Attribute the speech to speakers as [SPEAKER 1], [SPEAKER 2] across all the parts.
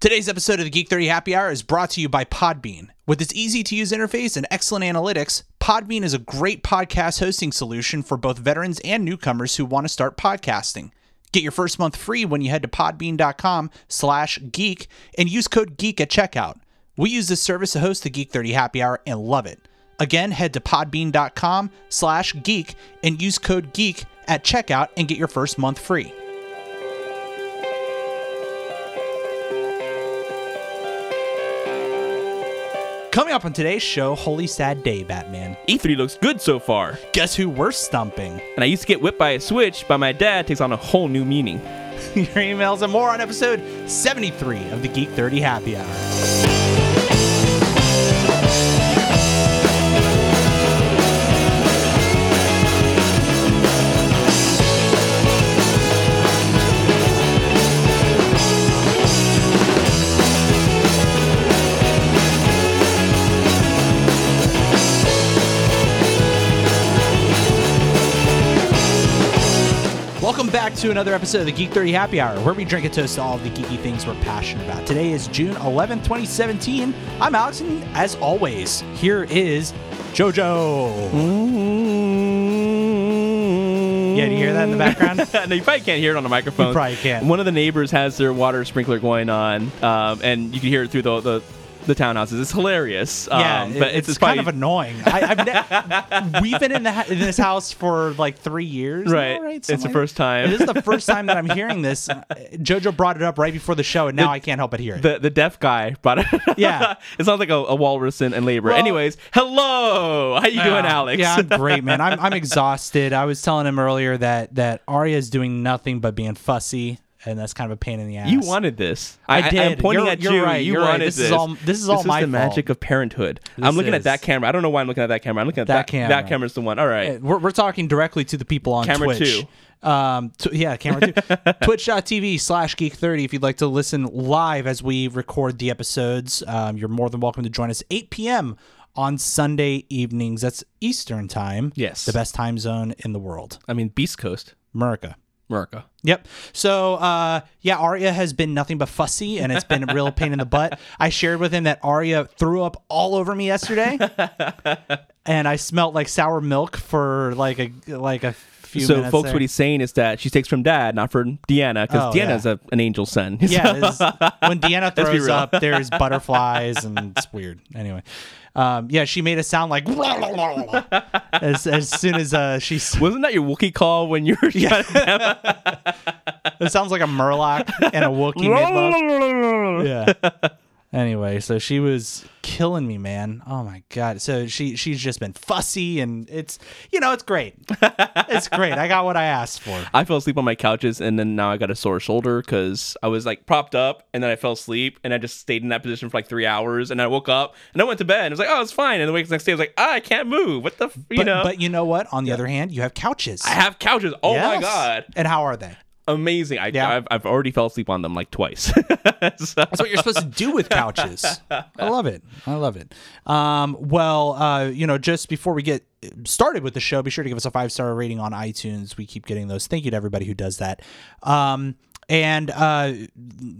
[SPEAKER 1] Today's episode of the Geek 30 Happy Hour is brought to you by Podbean. With its easy to use interface and excellent analytics, Podbean is a great podcast hosting solution for both veterans and newcomers who want to start podcasting. Get your first month free when you head to podbean.com slash geek and use code geek at checkout. We use this service to host the Geek 30 Happy Hour and love it. Again, head to podbean.com slash geek and use code geek at checkout and get your first month free. Coming up on today's show, Holy Sad Day, Batman.
[SPEAKER 2] E3 E looks good so far,
[SPEAKER 1] Guess who we're stumping?
[SPEAKER 2] and I used to get whipped by a switch, but my dad takes on a whole new meaning.
[SPEAKER 1] Your emails and more on episode 73 of the Geek 30 Happy Hour. Welcome back to another episode of the Geek 30 Happy Hour, where we drink a toast to all of the geeky things we're passionate about. Today is June 11, 2017. I'm Alex, and as always, here is JoJo. Yeah, do you hear that in the background?
[SPEAKER 2] no, you probably can't hear it on the microphone.
[SPEAKER 1] You probably can't.
[SPEAKER 2] One of the neighbors has their water sprinkler going on, um, and you can hear it through the the, the townhouses. It's hilarious. Um,
[SPEAKER 1] Yeah,
[SPEAKER 2] but
[SPEAKER 1] it- it's,
[SPEAKER 2] it's,
[SPEAKER 1] kind
[SPEAKER 2] probably-
[SPEAKER 1] of annoying. I, I've ne- we've been in, the ha- in this house for like three years, now,
[SPEAKER 2] Right.
[SPEAKER 1] right?
[SPEAKER 2] It's
[SPEAKER 1] Something
[SPEAKER 2] the
[SPEAKER 1] like-
[SPEAKER 2] first time.
[SPEAKER 1] It is the first time that I'm hearing this. Uh, Jojo brought it up right before the show, and now I can't help but hear it.
[SPEAKER 2] the the deaf guy brought it.
[SPEAKER 1] Yeah.
[SPEAKER 2] it sounds like a, a walrus and, and labor.
[SPEAKER 1] Well-
[SPEAKER 2] Anyways, hello. How you doing,
[SPEAKER 1] Yeah.
[SPEAKER 2] Alex?
[SPEAKER 1] Yeah, I'm great, man. I'm I'm exhausted. I was telling him earlier that that Arya is doing nothing but being fussy, and that's kind of a pain in the ass.
[SPEAKER 2] You wanted this.
[SPEAKER 1] I did.
[SPEAKER 2] am pointing
[SPEAKER 1] You're-
[SPEAKER 2] at
[SPEAKER 1] you're
[SPEAKER 2] you.
[SPEAKER 1] right,
[SPEAKER 2] You
[SPEAKER 1] you're right.
[SPEAKER 2] wanted
[SPEAKER 1] This
[SPEAKER 2] this.
[SPEAKER 1] is all- this is all my
[SPEAKER 2] the
[SPEAKER 1] fault.
[SPEAKER 2] magic of parenthood.
[SPEAKER 1] This
[SPEAKER 2] I'm looking
[SPEAKER 1] is.
[SPEAKER 2] at that camera. I don't know why I'm looking at that camera. I'm looking at
[SPEAKER 1] That
[SPEAKER 2] that,
[SPEAKER 1] camera.
[SPEAKER 2] That camera's the one. All right.
[SPEAKER 1] We're, we're talking directly to the people on
[SPEAKER 2] Camera
[SPEAKER 1] Twitch. Um, t- yeah, camera two. Twitch.tv slash geek30 if you'd like to listen live as we record the episodes. Um, you're more than welcome to join us 8 p.m. on Sunday evenings. That's Eastern time.
[SPEAKER 2] Yes.
[SPEAKER 1] The best time zone in the world.
[SPEAKER 2] I mean, Beast Coast,
[SPEAKER 1] America.
[SPEAKER 2] America.
[SPEAKER 1] Yep. So, uh, yeah, Arya has been nothing but fussy, and it's been a real pain in the butt. I shared with him that Arya threw up all over me yesterday, and I smelt like sour milk for like a like a few.
[SPEAKER 2] So,
[SPEAKER 1] minutes
[SPEAKER 2] folks,
[SPEAKER 1] there.
[SPEAKER 2] what he's saying is that she takes from dad, not from Deanna, because
[SPEAKER 1] Oh,
[SPEAKER 2] Deanna's a, an angel's son.
[SPEAKER 1] Yeah, it is- when Deanna
[SPEAKER 2] be
[SPEAKER 1] throws
[SPEAKER 2] real.
[SPEAKER 1] up, there's butterflies, and it's weird. Anyway, um, yeah, she made a sound like as as soon as uh, she. s-
[SPEAKER 2] Wasn't that your Wookiee call when you were yeah.
[SPEAKER 1] It sounds like a Murloc and a Wookiee made love. yeah. Anyway, so she was killing me, man. Oh my god. So she she's just been fussy and it's you know, it's great. it's great. I got what I asked for.
[SPEAKER 2] I fell asleep on my couches, and then now I got a sore shoulder because I was like propped up, and then I fell asleep, and I just stayed in that position for like three hours, and I woke up, and I went to bed, and I was like, oh, it's fine, and the wake next day I was like, ah, I can't move. What the, f-, you
[SPEAKER 1] But,
[SPEAKER 2] know?
[SPEAKER 1] but you know what? On the other hand, you have couches.
[SPEAKER 2] I have couches. Oh my
[SPEAKER 1] Yes.
[SPEAKER 2] god,
[SPEAKER 1] And how are they?
[SPEAKER 2] amazing! I,
[SPEAKER 1] Yeah.
[SPEAKER 2] I've, I've already fell asleep on them like twice. So-
[SPEAKER 1] That's what you're supposed to do with couches. I love it. I love it. Um, well, uh, you know, just before we get started with the show, be sure to give us a five star rating on iTunes. We keep getting those. Thank you to everybody who does that. Um, and uh,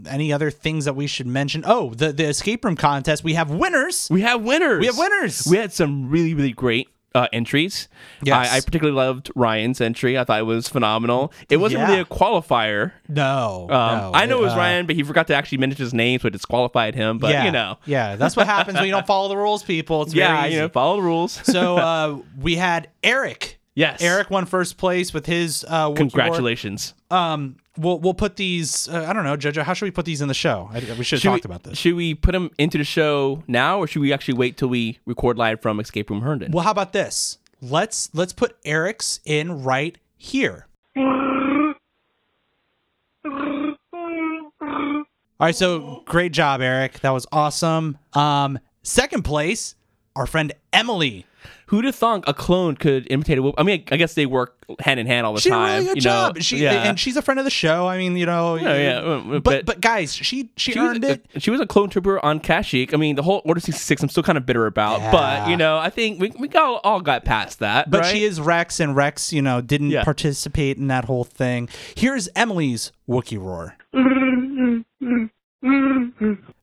[SPEAKER 1] any other things that we should mention? Oh, the, the escape room contest. We have winners.
[SPEAKER 2] we have winners.
[SPEAKER 1] We have winners.
[SPEAKER 2] We had some really really great. Uh, entries.
[SPEAKER 1] Yes.
[SPEAKER 2] I, I particularly loved Ryan's entry. I thought it was phenomenal. It wasn't
[SPEAKER 1] Yeah.
[SPEAKER 2] really a qualifier.
[SPEAKER 1] no,
[SPEAKER 2] Um,
[SPEAKER 1] no,
[SPEAKER 2] I know it was
[SPEAKER 1] uh,
[SPEAKER 2] Ryan, but he forgot to actually mention his name, so it disqualified him. But
[SPEAKER 1] yeah,
[SPEAKER 2] you know,
[SPEAKER 1] yeah, that's what happens when you don't follow the rules, people. It's
[SPEAKER 2] yeah,
[SPEAKER 1] very easy.
[SPEAKER 2] you know, follow the rules.
[SPEAKER 1] so uh, we had Eric.
[SPEAKER 2] yes,
[SPEAKER 1] Eric won first place with his uh, Wookiee War-
[SPEAKER 2] congratulations.
[SPEAKER 1] um we'll we'll put these uh, i don't know jojo how should we put these in the show I, we should have
[SPEAKER 2] Should we-
[SPEAKER 1] talked about this
[SPEAKER 2] Should we put him into the show now, or should we actually wait till we record live from Escape Room Herndon?
[SPEAKER 1] well how about this let's let's put eric's in right here all right so great job eric that was awesome um second place our friend emily
[SPEAKER 2] Who'd have thunk a clone could imitate a whoop? I mean, I guess they work hand in hand all the
[SPEAKER 1] she did a
[SPEAKER 2] time.
[SPEAKER 1] really good
[SPEAKER 2] you know?
[SPEAKER 1] job she
[SPEAKER 2] yeah. Oh,
[SPEAKER 1] and she's a friend of the show i mean you know
[SPEAKER 2] Yeah, yeah,
[SPEAKER 1] but but, guys she she,
[SPEAKER 2] she was,
[SPEAKER 1] earned
[SPEAKER 2] a,
[SPEAKER 1] it
[SPEAKER 2] she was a clone trooper on Kashyyyk. I mean, the whole Order 66, I'm still kind of bitter about,
[SPEAKER 1] Yeah.
[SPEAKER 2] but, you know, I think we, we all, all got past that.
[SPEAKER 1] But
[SPEAKER 2] right?
[SPEAKER 1] she is Rex, and Rex, you know, didn't
[SPEAKER 2] Yeah.
[SPEAKER 1] participate in that whole thing. Here's Emily's Wookiee roar.
[SPEAKER 3] Mm-hmm.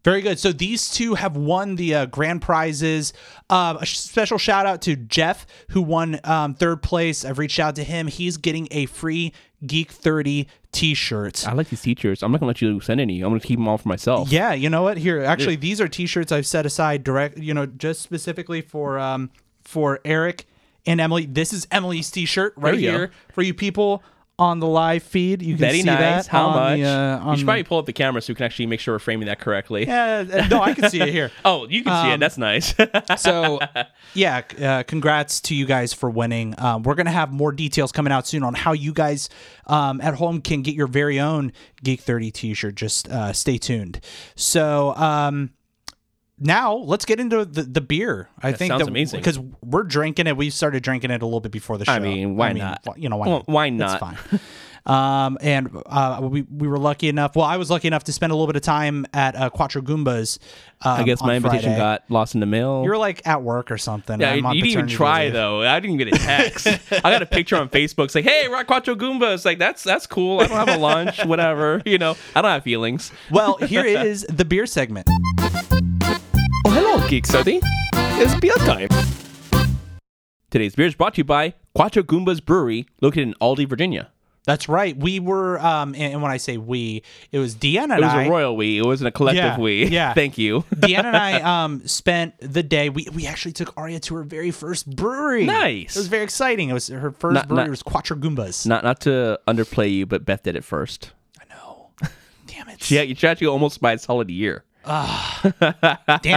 [SPEAKER 1] Very good. So these two have won the uh, grand prizes. Um, a sh- special shout out to Jeff, who won um, third place. I've reached out to him. He's getting a free Geek 30 t shirt.
[SPEAKER 2] I like these teachers. I'm not gonna let you send any. I'm gonna keep them all for myself.
[SPEAKER 1] Yeah, you know what? Here, actually, these are T-shirts I've set aside direct. You know, just specifically for um for Eric and Emily. This is Emily's T-shirt right
[SPEAKER 2] There you go.
[SPEAKER 1] here for you people on the live feed. You can
[SPEAKER 2] Very
[SPEAKER 1] see
[SPEAKER 2] nice.
[SPEAKER 1] that.
[SPEAKER 2] How
[SPEAKER 1] on
[SPEAKER 2] much?
[SPEAKER 1] the, uh,
[SPEAKER 2] you
[SPEAKER 1] on
[SPEAKER 2] should
[SPEAKER 1] the-
[SPEAKER 2] probably pull up the camera so we can actually make sure we're framing that correctly.
[SPEAKER 1] Yeah, uh, no, I can see it here.
[SPEAKER 2] Oh, you can see it. That's nice.
[SPEAKER 1] So, yeah, c- uh, congrats to you guys for winning. Um, we're gonna have more details coming out soon on how you guys um, at home can get your very own Geek Thirty T-shirt. Just uh, stay tuned. So. Um, now let's get into the, the beer. I think
[SPEAKER 2] sounds amazing.
[SPEAKER 1] because we're drinking it. We started drinking it a little bit before the show.
[SPEAKER 2] I mean, why not?
[SPEAKER 1] wh- You know why?
[SPEAKER 2] Well,
[SPEAKER 1] not?
[SPEAKER 2] why
[SPEAKER 1] It's
[SPEAKER 2] not?
[SPEAKER 1] fine. Um, and uh, we, we were lucky enough. Well, I was lucky enough to spend a little bit of time at uh, Quattro Goombas. Um,
[SPEAKER 2] I guess
[SPEAKER 1] on
[SPEAKER 2] my invitation
[SPEAKER 1] Friday.
[SPEAKER 2] got lost in the mail.
[SPEAKER 1] You were like at work or something.
[SPEAKER 2] yeah,
[SPEAKER 1] I'm
[SPEAKER 2] you,
[SPEAKER 1] on
[SPEAKER 2] you didn't even
[SPEAKER 1] paternity
[SPEAKER 2] try
[SPEAKER 1] leave.
[SPEAKER 2] though. I didn't even get a text. I got a picture on Facebook. It's like, "Hey, Rock Quattro Goomba." It's like that's that's cool. I don't have a lunch, whatever. You know, I don't have feelings.
[SPEAKER 1] Well, here is the beer segment.
[SPEAKER 2] Oh, hello, Geek Study. It's beer time. Today's beer is brought to you by Quattro Goombas Brewery, located in Aldi, Virginia.
[SPEAKER 1] That's right. We were, um, and, and when I say we, it was Deanna
[SPEAKER 2] It
[SPEAKER 1] and
[SPEAKER 2] was
[SPEAKER 1] I.
[SPEAKER 2] a royal we. It wasn't a collective
[SPEAKER 1] Yeah,
[SPEAKER 2] we.
[SPEAKER 1] yeah.
[SPEAKER 2] Thank you.
[SPEAKER 1] Deanna and I um, spent the day. We, we actually took Aria to her very first brewery.
[SPEAKER 2] Nice.
[SPEAKER 1] It was very exciting. It was her first
[SPEAKER 2] Not-
[SPEAKER 1] brewery
[SPEAKER 2] not-
[SPEAKER 1] was Quattro Goombas.
[SPEAKER 2] Not not to underplay you, but Beth did it first.
[SPEAKER 1] I know. Damn it.
[SPEAKER 2] Yeah, you tried to go almost by a solid year.
[SPEAKER 1] Damn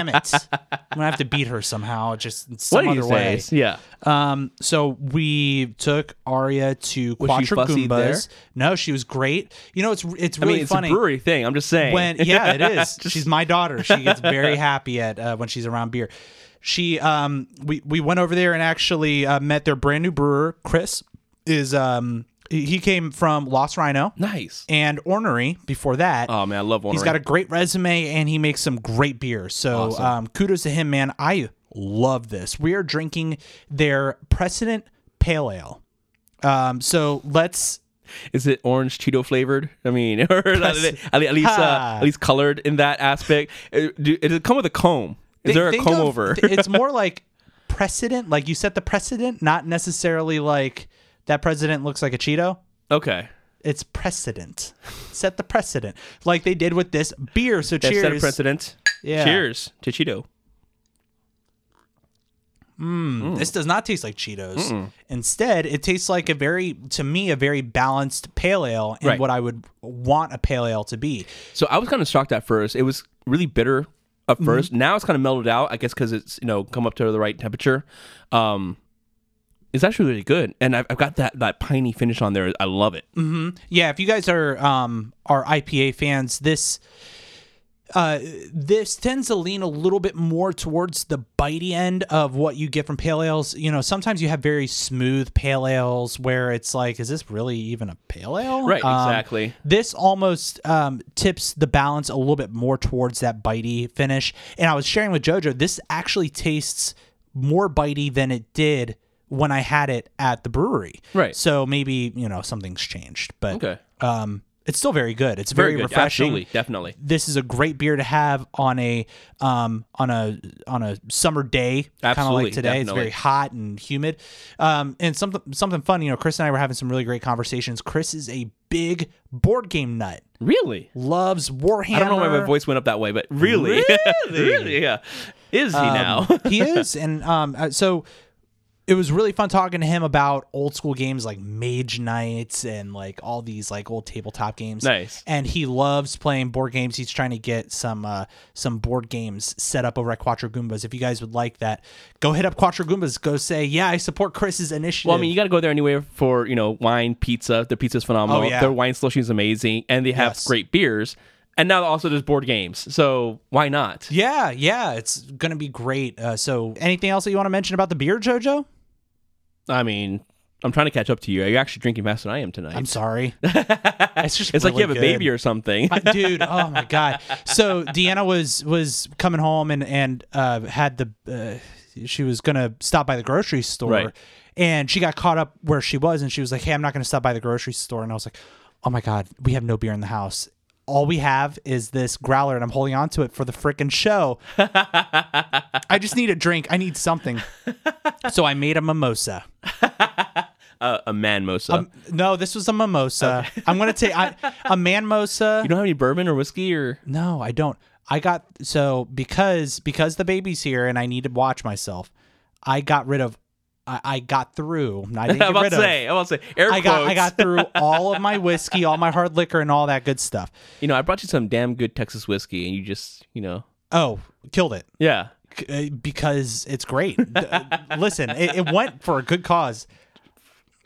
[SPEAKER 1] it. I'm gonna have to beat her somehow. Just in
[SPEAKER 2] What
[SPEAKER 1] some
[SPEAKER 2] do
[SPEAKER 1] other
[SPEAKER 2] you
[SPEAKER 1] way.
[SPEAKER 2] say? Yeah.
[SPEAKER 1] Um, so we took Aria to
[SPEAKER 2] Was she
[SPEAKER 1] Quattro
[SPEAKER 2] fussy there?
[SPEAKER 1] Goombas. No, she was great. You know, it's it's
[SPEAKER 2] I
[SPEAKER 1] really
[SPEAKER 2] mean, it's
[SPEAKER 1] funny.
[SPEAKER 2] a brewery thing. I'm just saying.
[SPEAKER 1] when yeah it is she's my daughter she gets very happy at uh, when she's around beer she um we we went over there and actually uh, met their brand new brewer chris is um he he came from lost rhino
[SPEAKER 2] nice.
[SPEAKER 1] and ornery before that
[SPEAKER 2] Oh man, I love one.
[SPEAKER 1] he's got a great resume and he makes some great beer so um kudos to him man i love this we are drinking their precedent pale ale um so let's
[SPEAKER 2] Is it orange Cheeto flavored? I mean, or at le- at least uh,
[SPEAKER 1] Ha.
[SPEAKER 2] at least colored in that aspect. Uh, do- Does it come with a comb?
[SPEAKER 1] Thi-
[SPEAKER 2] Is there a
[SPEAKER 1] think
[SPEAKER 2] comb
[SPEAKER 1] of-
[SPEAKER 2] over?
[SPEAKER 1] th- it's more like precedent. Like you set the precedent, not necessarily like that president looks like a Cheeto.
[SPEAKER 2] okay.
[SPEAKER 1] It's precedent. Set the precedent, like they did with this beer. So
[SPEAKER 2] That set a
[SPEAKER 1] cheers.
[SPEAKER 2] precedent.
[SPEAKER 1] Yeah.
[SPEAKER 2] Cheers to Cheeto.
[SPEAKER 1] Mm. This does not taste like Cheetos. Instead, it tastes like a very, to me, a very balanced pale ale, and
[SPEAKER 2] Right.
[SPEAKER 1] what I would want a pale ale to be.
[SPEAKER 2] So I was kind of shocked at first. It was really bitter at
[SPEAKER 1] Mm-hmm.
[SPEAKER 2] 1st Now it's kind of mellowed out. I guess because it's you know come up to the right temperature. Um, it's actually really good, and I've, I've got that that piney finish on there. I love it.
[SPEAKER 1] Yeah, if you guys are um are IPA fans, this uh this tends to lean a little bit more towards the bitey end of what you get from pale ales. You know, sometimes you have very smooth pale ales where it's like, is this really even a pale ale?
[SPEAKER 2] Right,
[SPEAKER 1] Um,
[SPEAKER 2] exactly.
[SPEAKER 1] This almost um, tips the balance a little bit more towards that bitey finish. And I was sharing with JoJo, this actually tastes more bitey than it did when I had it at the brewery.
[SPEAKER 2] Right.
[SPEAKER 1] So maybe, you know, something's changed, but
[SPEAKER 2] Okay.
[SPEAKER 1] um, it's still very good. It's very,
[SPEAKER 2] good.
[SPEAKER 1] refreshing.
[SPEAKER 2] Absolutely, definitely.
[SPEAKER 1] This is a great beer to have on a um, on a on a summer day, kind of
[SPEAKER 2] Absolutely,
[SPEAKER 1] like today. It's
[SPEAKER 2] definitely.
[SPEAKER 1] very hot and humid. Um, and something something fun. You know, Chris and I were having some really great conversations. Chris is a big board game nut.
[SPEAKER 2] Really?
[SPEAKER 1] Loves Warhammer.
[SPEAKER 2] I don't know why my voice went up that way, but really, really, yeah. Is he
[SPEAKER 1] Um,
[SPEAKER 2] now?
[SPEAKER 1] he is, and um, uh, so it was really fun talking to him about old school games like Mage Knights and like all these like old tabletop games.
[SPEAKER 2] Nice.
[SPEAKER 1] And he loves playing board games. He's trying to get some uh, some board games set up over at Quattro Goombas. If you guys would like that, go hit up Quattro Goombas. Go say, yeah, I support Chris's initiative.
[SPEAKER 2] Well, I mean, you got to go there anyway for you know wine, pizza. Their pizza's phenomenal.
[SPEAKER 1] Oh, yeah.
[SPEAKER 2] Their wine slushy is amazing, and they have
[SPEAKER 1] Yes.
[SPEAKER 2] great beers. And now also there's board games, so why not?
[SPEAKER 1] yeah, yeah, it's gonna be great. Uh, so, anything else that you want to mention about the beer, Jojo?
[SPEAKER 2] I mean, I'm trying to catch up to you. You're actually drinking faster than I am tonight.
[SPEAKER 1] I'm sorry. it's just
[SPEAKER 2] it's like you have
[SPEAKER 1] really
[SPEAKER 2] a
[SPEAKER 1] good.
[SPEAKER 2] baby or something.
[SPEAKER 1] I- dude oh my god so deanna was was coming home and and uh had the uh, she was gonna stop by the grocery store
[SPEAKER 2] Right.
[SPEAKER 1] and she got caught up where she was and she was like hey i'm not gonna stop by the grocery store and i was like oh my god we have no beer in the house all we have is this growler and I'm holding on to it for the freaking show. I just need a drink. I need something. So I made a mimosa.
[SPEAKER 2] Uh, a man mosa.
[SPEAKER 1] No, this was a mimosa. I'm going to take I, a manmosa.
[SPEAKER 2] you don't have any bourbon or whiskey or
[SPEAKER 1] No, I don't. I got so because because the baby's here and I need to watch myself. I got rid of. I, I got through. I didn't
[SPEAKER 2] I'm
[SPEAKER 1] get
[SPEAKER 2] about
[SPEAKER 1] rid
[SPEAKER 2] to
[SPEAKER 1] of.
[SPEAKER 2] say, I'm about to say, air
[SPEAKER 1] I got I
[SPEAKER 2] quotes.
[SPEAKER 1] got through all of my whiskey, all my hard liquor, and all that good stuff.
[SPEAKER 2] You know, I brought you some damn good Texas whiskey, and you just, you know,
[SPEAKER 1] Oh, killed it
[SPEAKER 2] yeah.
[SPEAKER 1] C- uh, because it's great. D- uh, Listen, it, it went for a good cause.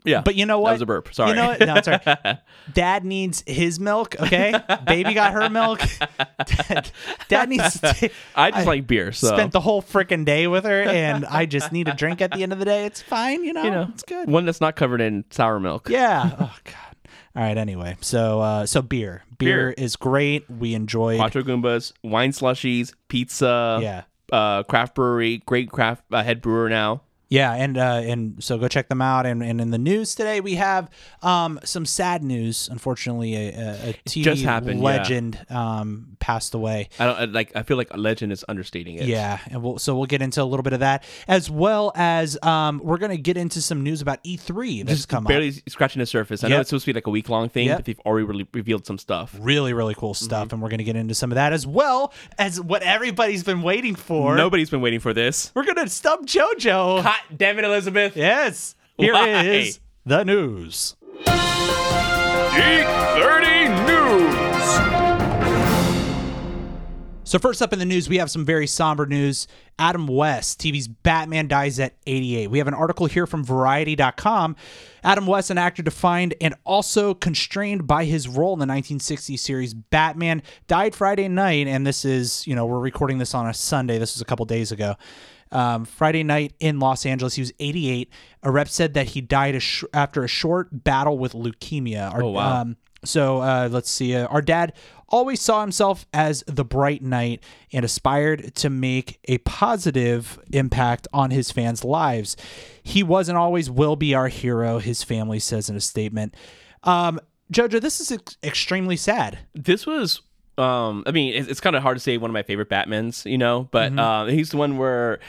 [SPEAKER 2] Yeah.
[SPEAKER 1] But you know what?
[SPEAKER 2] That was a burp. Sorry.
[SPEAKER 1] You know what? No, it's all right. Dad needs his milk. Okay, baby got her milk. Dad, Dad needs. To
[SPEAKER 2] I just like beer, so
[SPEAKER 1] spent the whole freaking day with her and I just need a drink at the end of the day. It's fine, you know.
[SPEAKER 2] you know,
[SPEAKER 1] It's good.
[SPEAKER 2] One that's not covered in sour milk.
[SPEAKER 1] Yeah. Oh god. All right, anyway. So uh so beer. Beer,
[SPEAKER 2] Beer.
[SPEAKER 1] is great. We enjoyed
[SPEAKER 2] Pacho Goombas, wine slushies, pizza.
[SPEAKER 1] Yeah.
[SPEAKER 2] Uh, craft brewery, great craft uh, head brewer now.
[SPEAKER 1] Yeah, and uh and so go check them out and and in the news today we have um some sad news. Unfortunately, a, a, a TV
[SPEAKER 2] just happened, yeah.
[SPEAKER 1] legend um passed away.
[SPEAKER 2] I don't I, like. I feel like a legend is understating it.
[SPEAKER 1] Yeah, and we'll, so we'll get into a little bit of that as well as um we're going to get into some news about E3 that's
[SPEAKER 2] Just
[SPEAKER 1] come up.
[SPEAKER 2] barely scratching the surface. I know
[SPEAKER 1] Yep.
[SPEAKER 2] it's supposed to be like a week long thing,
[SPEAKER 1] Yep.
[SPEAKER 2] but they've already re- revealed some stuff.
[SPEAKER 1] really really cool stuff and we're going to get into some of that as well as what everybody's been waiting for
[SPEAKER 2] Nobody's been waiting for this.
[SPEAKER 1] we're going to stump jojo
[SPEAKER 2] Hot damn it, Elizabeth!
[SPEAKER 1] yes here is
[SPEAKER 2] Why?
[SPEAKER 1] the news
[SPEAKER 2] Geek Thirty News.
[SPEAKER 1] so first up in the news we have some very somber news adam west tv's batman dies at 88 we have an article here from variety.com adam west an actor defined and also constrained by his role in the 1960 series batman died friday night and this is you know we're recording this on a sunday this was a couple days ago um, Friday night in Los Angeles. He was 88. A rep said that he died a sh- after a short battle with leukemia. Our, oh,
[SPEAKER 2] wow.
[SPEAKER 1] Um, so uh, let's see. Uh, our dad always saw himself as the bright knight and aspired to make a positive impact on his fans' lives. He was and always will be our hero, his family says in a statement. Um, Jojo, this is ex- extremely sad.
[SPEAKER 2] This was. Um, I mean, it's, it's kind of hard to say one of my favorite Batmans, you know, but
[SPEAKER 1] Mm-hmm.
[SPEAKER 2] um, he's the one where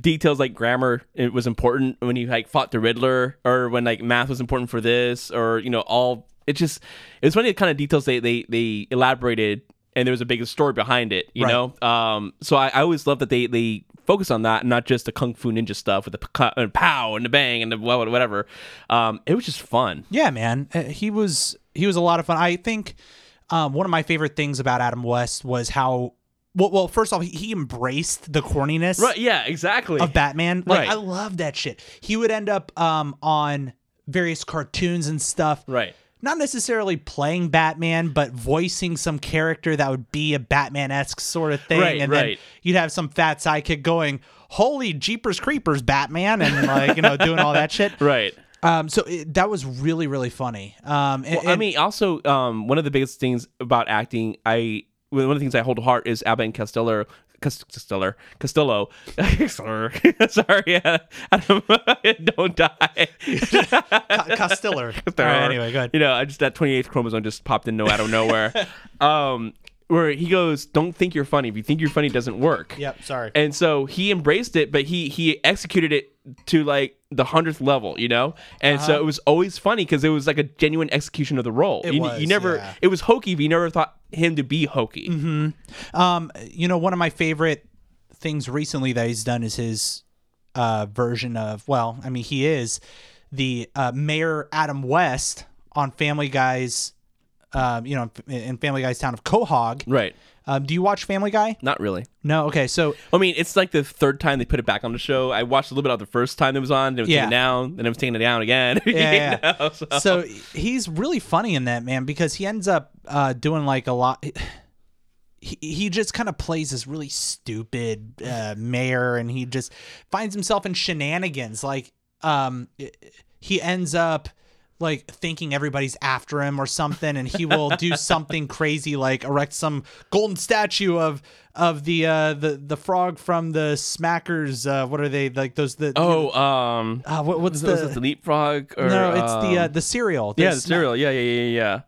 [SPEAKER 2] details like grammar it was important when he like fought the Riddler, or when like math was important for this, or you know, all it just it's funny the kind of details they they they elaborated, and there was a bigger story behind it, you
[SPEAKER 1] Right.
[SPEAKER 2] know. Um, so I, I always love that they they focus on that, and not just the kung fu ninja stuff with the p- and pow and the bang and the wha- whatever. Um, it was just fun.
[SPEAKER 1] Yeah, man, Uh, he was he was a lot of fun. I think um, one of my favorite things about Adam West was how well. well first off, he- he embraced the corniness
[SPEAKER 2] Right? Yeah, exactly.
[SPEAKER 1] of Batman. Like
[SPEAKER 2] Right.
[SPEAKER 1] I love that shit. He would end up um, on various cartoons and stuff.
[SPEAKER 2] Right.
[SPEAKER 1] Not necessarily playing Batman, but voicing some character that would be a Batman esque sort of thing.
[SPEAKER 2] Right,
[SPEAKER 1] and then
[SPEAKER 2] right.
[SPEAKER 1] you'd have some fat sidekick going, Holy Jeepers Creepers, Batman, and like, you know, doing all that shit.
[SPEAKER 2] Right.
[SPEAKER 1] Um, so it, that was really, really funny. Um, and-
[SPEAKER 2] I
[SPEAKER 1] and-
[SPEAKER 2] mean, also, um, one of the biggest things about acting, I one of the things I hold to heart is Abbott and Costello. Cast- Costello, Costello, Costello. Sorry, uh, Adam, don't die.
[SPEAKER 1] Co- Costiller.
[SPEAKER 2] Costello.
[SPEAKER 1] All right, anyway, go ahead.
[SPEAKER 2] You know, I just that 28th chromosome just popped in no out of nowhere. um, where he goes, "Don't think you're funny. If you think you're funny, it doesn't work."
[SPEAKER 1] Yep, sorry.
[SPEAKER 2] And so he embraced it, but he he executed it to like the hundredth level, you know. And so
[SPEAKER 1] Uh-huh.
[SPEAKER 2] it was always funny because it was like a genuine execution of the role. you,
[SPEAKER 1] was,
[SPEAKER 2] you never
[SPEAKER 1] yeah. Mm-hmm.
[SPEAKER 2] it was hokey, but you never thought him to be hokey.
[SPEAKER 1] Um, you know, one of my favorite things recently that he's done is his uh, version of, well, I mean, he is the uh, Mayor Adam West on Family Guy's, um, you know, in Family Guy's town of Quahog.
[SPEAKER 2] Right?
[SPEAKER 1] Um, do you watch Family Guy?
[SPEAKER 2] Not really.
[SPEAKER 1] No. Okay. So
[SPEAKER 2] I mean, it's like the third time they put it back on the show. I watched a little bit of the first time it was on, then it was
[SPEAKER 1] Yeah.
[SPEAKER 2] taken down, then it was taken down again. you
[SPEAKER 1] yeah, yeah.
[SPEAKER 2] know, so-
[SPEAKER 1] so he's really funny in that man because he ends up uh, doing like a lot. He, he just kind of plays this really stupid uh, mayor, and he just finds himself in shenanigans. Like, um, he ends up like thinking everybody's after him or something, and he will do something crazy, like erect some golden statue of of the uh, the the frog from the Smackers. Uh, what are they like? Those the
[SPEAKER 2] Oh, um,
[SPEAKER 1] uh, what, what's
[SPEAKER 2] was,
[SPEAKER 1] the,
[SPEAKER 2] it- was it the leapfrog? Or,
[SPEAKER 1] no, it's the
[SPEAKER 2] um,
[SPEAKER 1] uh, the cereal.
[SPEAKER 2] yeah, the
[SPEAKER 1] Sma-
[SPEAKER 2] cereal. Yeah, yeah, yeah, yeah.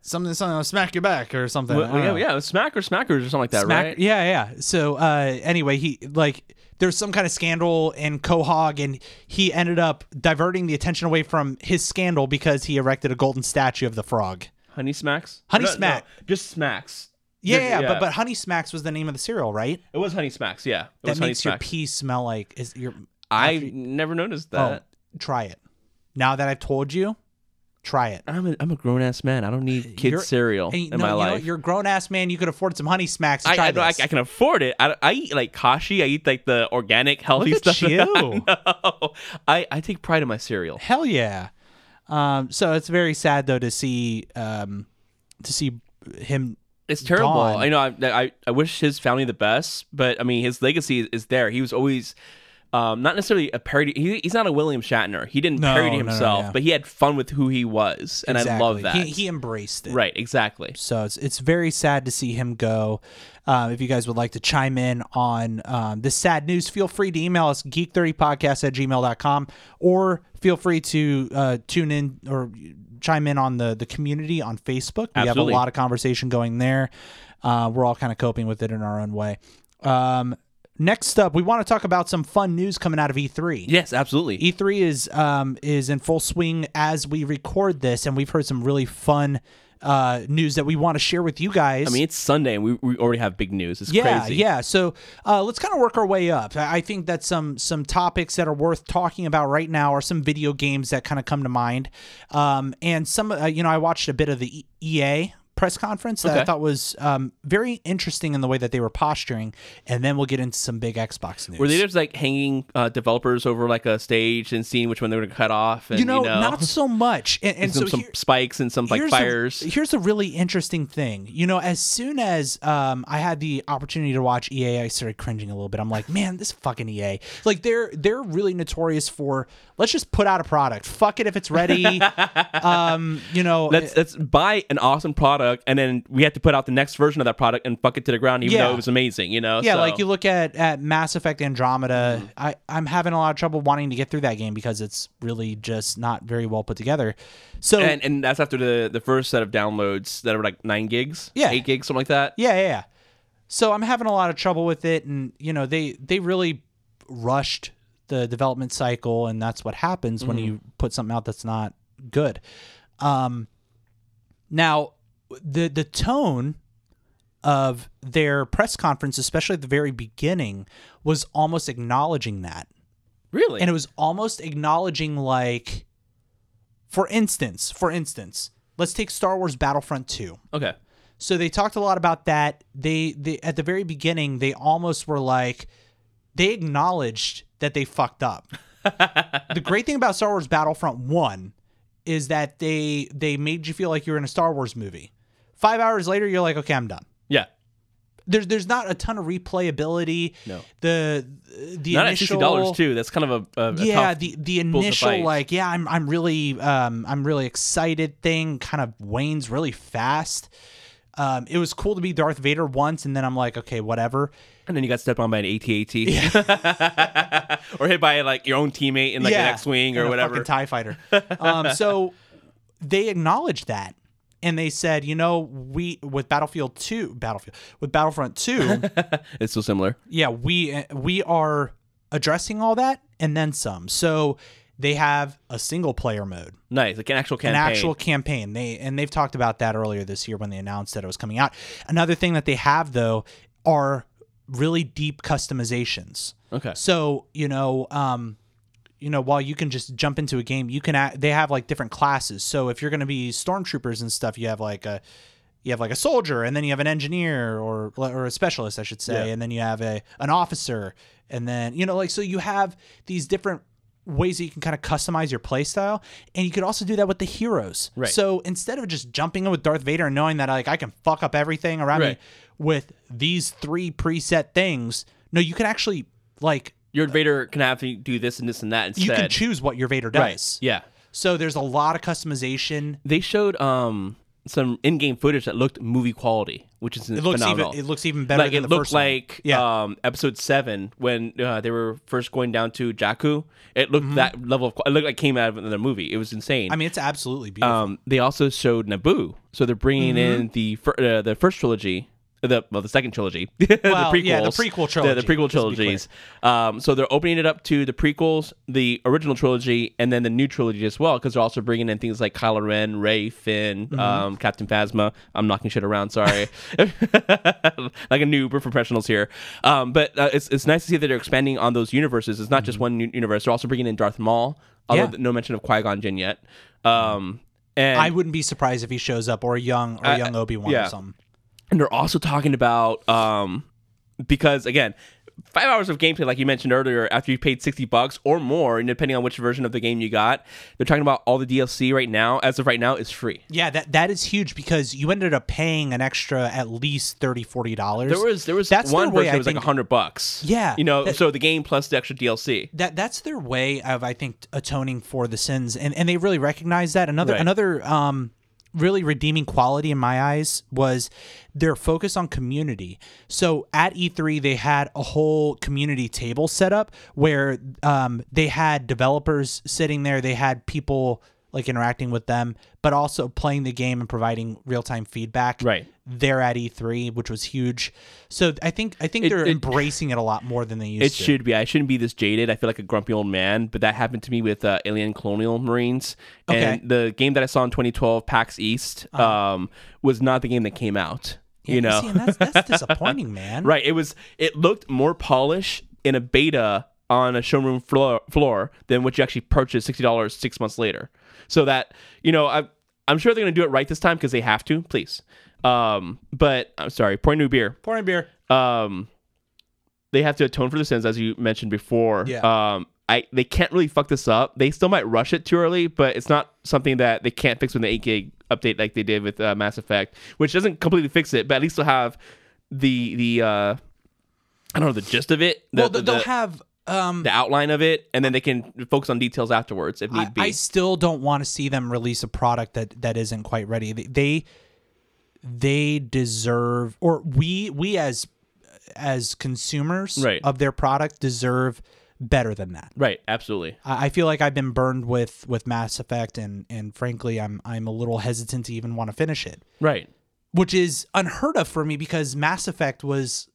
[SPEAKER 1] something, something, I'll smack your back or something. I
[SPEAKER 2] Well,
[SPEAKER 1] don't
[SPEAKER 2] yeah,
[SPEAKER 1] know.
[SPEAKER 2] yeah, it was Smackers, Smackers, or something like that,
[SPEAKER 1] Uh-huh. Smack-
[SPEAKER 2] right?
[SPEAKER 1] Yeah, yeah. So uh, anyway, he like there's some kind of scandal in Quahog, and he ended up diverting the attention away from his scandal because he erected a golden statue of the frog.
[SPEAKER 2] Honey Smacks.
[SPEAKER 1] Honey
[SPEAKER 2] No, no,
[SPEAKER 1] Smack.
[SPEAKER 2] just Smacks.
[SPEAKER 1] Yeah,
[SPEAKER 2] Just-
[SPEAKER 1] yeah, but but Honey Smacks was the name of the cereal, right?
[SPEAKER 2] it was Honey Smacks. Yeah, it
[SPEAKER 1] That
[SPEAKER 2] was Honey
[SPEAKER 1] makes your
[SPEAKER 2] Smacks.
[SPEAKER 1] pee smell like is your.
[SPEAKER 2] I
[SPEAKER 1] after-
[SPEAKER 2] never noticed
[SPEAKER 1] oh,
[SPEAKER 2] that.
[SPEAKER 1] try it. Now that I've told you, try it.
[SPEAKER 2] I'm a I'm a grown ass man. I don't need
[SPEAKER 1] You're-
[SPEAKER 2] kids cereal
[SPEAKER 1] And you- no,
[SPEAKER 2] in my
[SPEAKER 1] you know what?
[SPEAKER 2] life.
[SPEAKER 1] You're a grown ass man. You could afford some Honey Smacks. To
[SPEAKER 2] I,
[SPEAKER 1] try
[SPEAKER 2] I, know I,
[SPEAKER 1] this.
[SPEAKER 2] I can afford it. I, I eat like kashi. I eat like the organic, healthy
[SPEAKER 1] Look at
[SPEAKER 2] stuff.
[SPEAKER 1] you.
[SPEAKER 2] No, I, I take pride in my cereal.
[SPEAKER 1] Hell yeah. Um, so it's very sad though to see um, to see him.
[SPEAKER 2] It's terrible.
[SPEAKER 1] Gone.
[SPEAKER 2] I know. I, I I wish his family the best, but I mean, his legacy is, is there. He was always. Um, not necessarily a parody. He, he's not a William Shatner. He didn't
[SPEAKER 1] No,
[SPEAKER 2] parody
[SPEAKER 1] no, no,
[SPEAKER 2] himself,
[SPEAKER 1] yeah.
[SPEAKER 2] but he had fun with who he was, and I love that.
[SPEAKER 1] He, he embraced it.
[SPEAKER 2] right, exactly.
[SPEAKER 1] So it's it's very sad to see him go. Uh, if you guys would like to chime in on um, this sad news, feel free to email us geek30podcast at gmail.com or feel free to uh, tune in or chime in on the, the community on Facebook. We
[SPEAKER 2] Absolutely.
[SPEAKER 1] have a lot of conversation going there. Uh, we're all kind of coping with it in our own way. Um, next up, we want to talk about some fun news coming out of E E3.
[SPEAKER 2] Yes, absolutely.
[SPEAKER 1] E3 E is um, is in full swing as we record this, and we've heard some really fun uh, news that we want to share with you guys.
[SPEAKER 2] I mean, it's Sunday and we, we already have big news. It's
[SPEAKER 1] yeah,
[SPEAKER 2] crazy.
[SPEAKER 1] yeah. So uh, let's kind of work our way up. I I think that some some topics that are worth talking about right now are some video games that kind of come to mind, um, and some uh, you know I watched a bit of the E- EA press conference that I
[SPEAKER 2] Okay.
[SPEAKER 1] thought was um, very interesting in the way that they were posturing, and then we'll get into some big Xbox news.
[SPEAKER 2] Were they just like hanging uh, developers over like a stage and seeing which one they were going to cut off? And,
[SPEAKER 1] you know, not so much, and, and
[SPEAKER 2] some,
[SPEAKER 1] so
[SPEAKER 2] some
[SPEAKER 1] here-
[SPEAKER 2] spikes and some like
[SPEAKER 1] here's
[SPEAKER 2] fires.
[SPEAKER 1] A, here's a really interesting thing. You know, as soon as um, I had the opportunity to watch EA, I started cringing a little bit. I'm like, man, this fucking EA. Like they're they're really notorious for let's just put out a product. Fuck it if it's ready. um, you know,
[SPEAKER 2] let's let's buy an awesome product and then we have to put out the next version of that product and fuck it to the ground, even
[SPEAKER 1] Yeah.
[SPEAKER 2] though it was amazing. You know?
[SPEAKER 1] Yeah,
[SPEAKER 2] So- Mm-hmm.
[SPEAKER 1] like you look at at Mass Effect Andromeda. I I'm having a lot of trouble wanting to get through that game because it's really just not very well put together. So
[SPEAKER 2] And and that's after the the first set of downloads that were like nine gigs,
[SPEAKER 1] Yeah.
[SPEAKER 2] eight gigs, something like that.
[SPEAKER 1] Yeah, yeah, yeah. So I'm having a lot of trouble with it, and you know they they really rushed the development cycle, and that's what happens when you put something out that's not good. Um, now the the tone of their press conference, especially at the very beginning, was almost acknowledging that
[SPEAKER 2] Really?
[SPEAKER 1] and it was almost acknowledging like for instance for instance let's take star wars battlefront 2
[SPEAKER 2] okay.
[SPEAKER 1] so they talked a lot about that. They, they at the very beginning, they almost were like they acknowledged that they fucked up. the great thing about Star Wars Battlefront 1 is that they they made you feel like you were in a Star Wars movie. 5 hours later you're like, "Okay, I'm done."
[SPEAKER 2] Yeah.
[SPEAKER 1] There's there's not a ton of replayability.
[SPEAKER 2] No.
[SPEAKER 1] The the
[SPEAKER 2] Not at
[SPEAKER 1] initial
[SPEAKER 2] sixty dollars too. That's kind of a, a, a
[SPEAKER 1] yeah,
[SPEAKER 2] tough-
[SPEAKER 1] the the
[SPEAKER 2] to
[SPEAKER 1] initial
[SPEAKER 2] bite.
[SPEAKER 1] like, yeah, I'm I'm really um I'm really excited thing kind of wanes really fast. Um, it was cool to be Darth Vader once, and then I'm like, okay, whatever.
[SPEAKER 2] And then you got stepped on by an ATAT, or hit by like your own teammate in like
[SPEAKER 1] yeah,
[SPEAKER 2] an X-wing or
[SPEAKER 1] and a
[SPEAKER 2] whatever.
[SPEAKER 1] fucking Tie fighter. Um, so they acknowledged that, and they said, you know, we with Battlefield Two, Battlefield with Battlefront Two,
[SPEAKER 2] It's so similar.
[SPEAKER 1] yeah, we we are addressing all that and then some. So they have a single player mode.
[SPEAKER 2] Nice, like an actual campaign.
[SPEAKER 1] an actual campaign. They and they've talked about that earlier this year when they announced that it was coming out. Another thing that they have though are really deep customizations.
[SPEAKER 2] okay.
[SPEAKER 1] So you know, um, you know, while you can just jump into a game, you can act, they have like different classes. So if you're going to be stormtroopers and stuff, you have like a you have like a soldier, and then you have an engineer or or a specialist, I should say,
[SPEAKER 2] Yeah.
[SPEAKER 1] and then you have a an officer, and then you know, like so you have these different ways that you can kind of customize your playstyle and you could also do that with the heroes
[SPEAKER 2] Right.
[SPEAKER 1] so instead of just jumping in with darth vader and knowing that like i can fuck up everything around
[SPEAKER 2] Right.
[SPEAKER 1] me with these three preset things no you can actually like
[SPEAKER 2] Your invader can have to do this and this and that instead.
[SPEAKER 1] you can choose what your Vader does.
[SPEAKER 2] Yeah.
[SPEAKER 1] So there's a lot of customization.
[SPEAKER 2] They showed um some in-game footage that looked movie quality, which is
[SPEAKER 1] It looks
[SPEAKER 2] phenomenal.
[SPEAKER 1] even. It looks even better
[SPEAKER 2] like
[SPEAKER 1] than
[SPEAKER 2] it
[SPEAKER 1] the
[SPEAKER 2] looked
[SPEAKER 1] first one.
[SPEAKER 2] like
[SPEAKER 1] Yeah.
[SPEAKER 2] um, episode seven when uh, they were first going down to Jakku. It looked that level of qu- it looked like it came out of another movie. It was insane.
[SPEAKER 1] Mm-hmm. I mean, it's absolutely beautiful.
[SPEAKER 2] um, they also showed Naboo, so they're bringing
[SPEAKER 1] Mm-hmm.
[SPEAKER 2] in the fir- uh, the first trilogy, the well, the second trilogy,
[SPEAKER 1] Well,
[SPEAKER 2] the prequels,
[SPEAKER 1] yeah, the prequel
[SPEAKER 2] the- the,
[SPEAKER 1] trilogy, just
[SPEAKER 2] prequel
[SPEAKER 1] to be
[SPEAKER 2] trilogies. Um, so they're opening it up to the prequels, the original trilogy, and then the new trilogy as well, because they're also bringing in things like Kylo Ren, Ray, Finn,
[SPEAKER 1] Mm-hmm.
[SPEAKER 2] um, Captain Phasma. I'm knocking shit around, sorry, like a noob. We're professionals here, um, but uh, it's it's nice to see that they're expanding on those universes. It's not just one u- universe. They're also bringing in Darth Maul. Although
[SPEAKER 1] Mm-hmm. Yeah.
[SPEAKER 2] th- no mention of Qui Gon Jinn yet. Um, and Uh,
[SPEAKER 1] I wouldn't be surprised if he shows up or a young or a young Obi Wan
[SPEAKER 2] yeah.
[SPEAKER 1] or something.
[SPEAKER 2] And they're also talking about um because again, five hours of gameplay, like you mentioned earlier, after you paid sixty bucks or more, and depending on which version of the game you got, they're talking about all the DLC right now, as of right now, is free.
[SPEAKER 1] Yeah, that that is huge because you ended up paying an extra at least 30 40 dollars.
[SPEAKER 2] There was there was
[SPEAKER 1] That's their
[SPEAKER 2] one
[SPEAKER 1] way,
[SPEAKER 2] version
[SPEAKER 1] I
[SPEAKER 2] that was like
[SPEAKER 1] think-
[SPEAKER 2] like hundred bucks.
[SPEAKER 1] Yeah,
[SPEAKER 2] You know,
[SPEAKER 1] that-
[SPEAKER 2] so the game plus the extra DLC.
[SPEAKER 1] that that's their way of I think atoning for the sins and and they really recognize that another
[SPEAKER 2] Right.
[SPEAKER 1] another um really redeeming quality in my eyes was their focus on community. So at E3 they had a whole community table set up where um they had developers sitting there, they had people like interacting with them, but also playing the game and providing real-time feedback.
[SPEAKER 2] Right.
[SPEAKER 1] There at E3, which was huge. So I think I think they're
[SPEAKER 2] it-
[SPEAKER 1] embracing it a lot more than they used
[SPEAKER 2] It
[SPEAKER 1] to.
[SPEAKER 2] should be. I shouldn't be this jaded. I feel like a grumpy old man, but that happened to me with uh, Alien Colonial Marines.
[SPEAKER 1] Okay.
[SPEAKER 2] And the game that I saw in 2012, PAX East, um, was not the game that came out. you know,
[SPEAKER 1] see, and that's, that's disappointing, man.
[SPEAKER 2] Right. It was. It looked more polished in a beta on a showroom floor, floor than what you actually purchased sixty dollars six months later. So that you know, I, I'm sure they're gonna do it right this time because they have to. Please. Um, but I'm sorry. Pour new beer.
[SPEAKER 1] Pouring beer.
[SPEAKER 2] Um, they have to atone for their sins, as you mentioned before.
[SPEAKER 1] Yeah.
[SPEAKER 2] Um, I they can't really fuck this up. They still might rush it too early, but it's not something that they can't fix with the eight gig update like they did with uh, Mass Effect, which doesn't completely fix it, but at least they'll have the the uh, I don't know the gist of it, the
[SPEAKER 1] well,
[SPEAKER 2] the,
[SPEAKER 1] th- they'll have. Um,
[SPEAKER 2] the outline of it, and then they can focus on details afterwards if
[SPEAKER 1] I,
[SPEAKER 2] need be.
[SPEAKER 1] I still don't want to see them release a product that that isn't quite ready. They they, they deserve, or we we as as consumers
[SPEAKER 2] Right.
[SPEAKER 1] of their product deserve better than that.
[SPEAKER 2] right, absolutely.
[SPEAKER 1] I I feel like I've been burned with with Mass Effect, and and frankly, I'm I'm a little hesitant to even want to finish it.
[SPEAKER 2] Right.
[SPEAKER 1] which is unheard of for me because Mass Effect was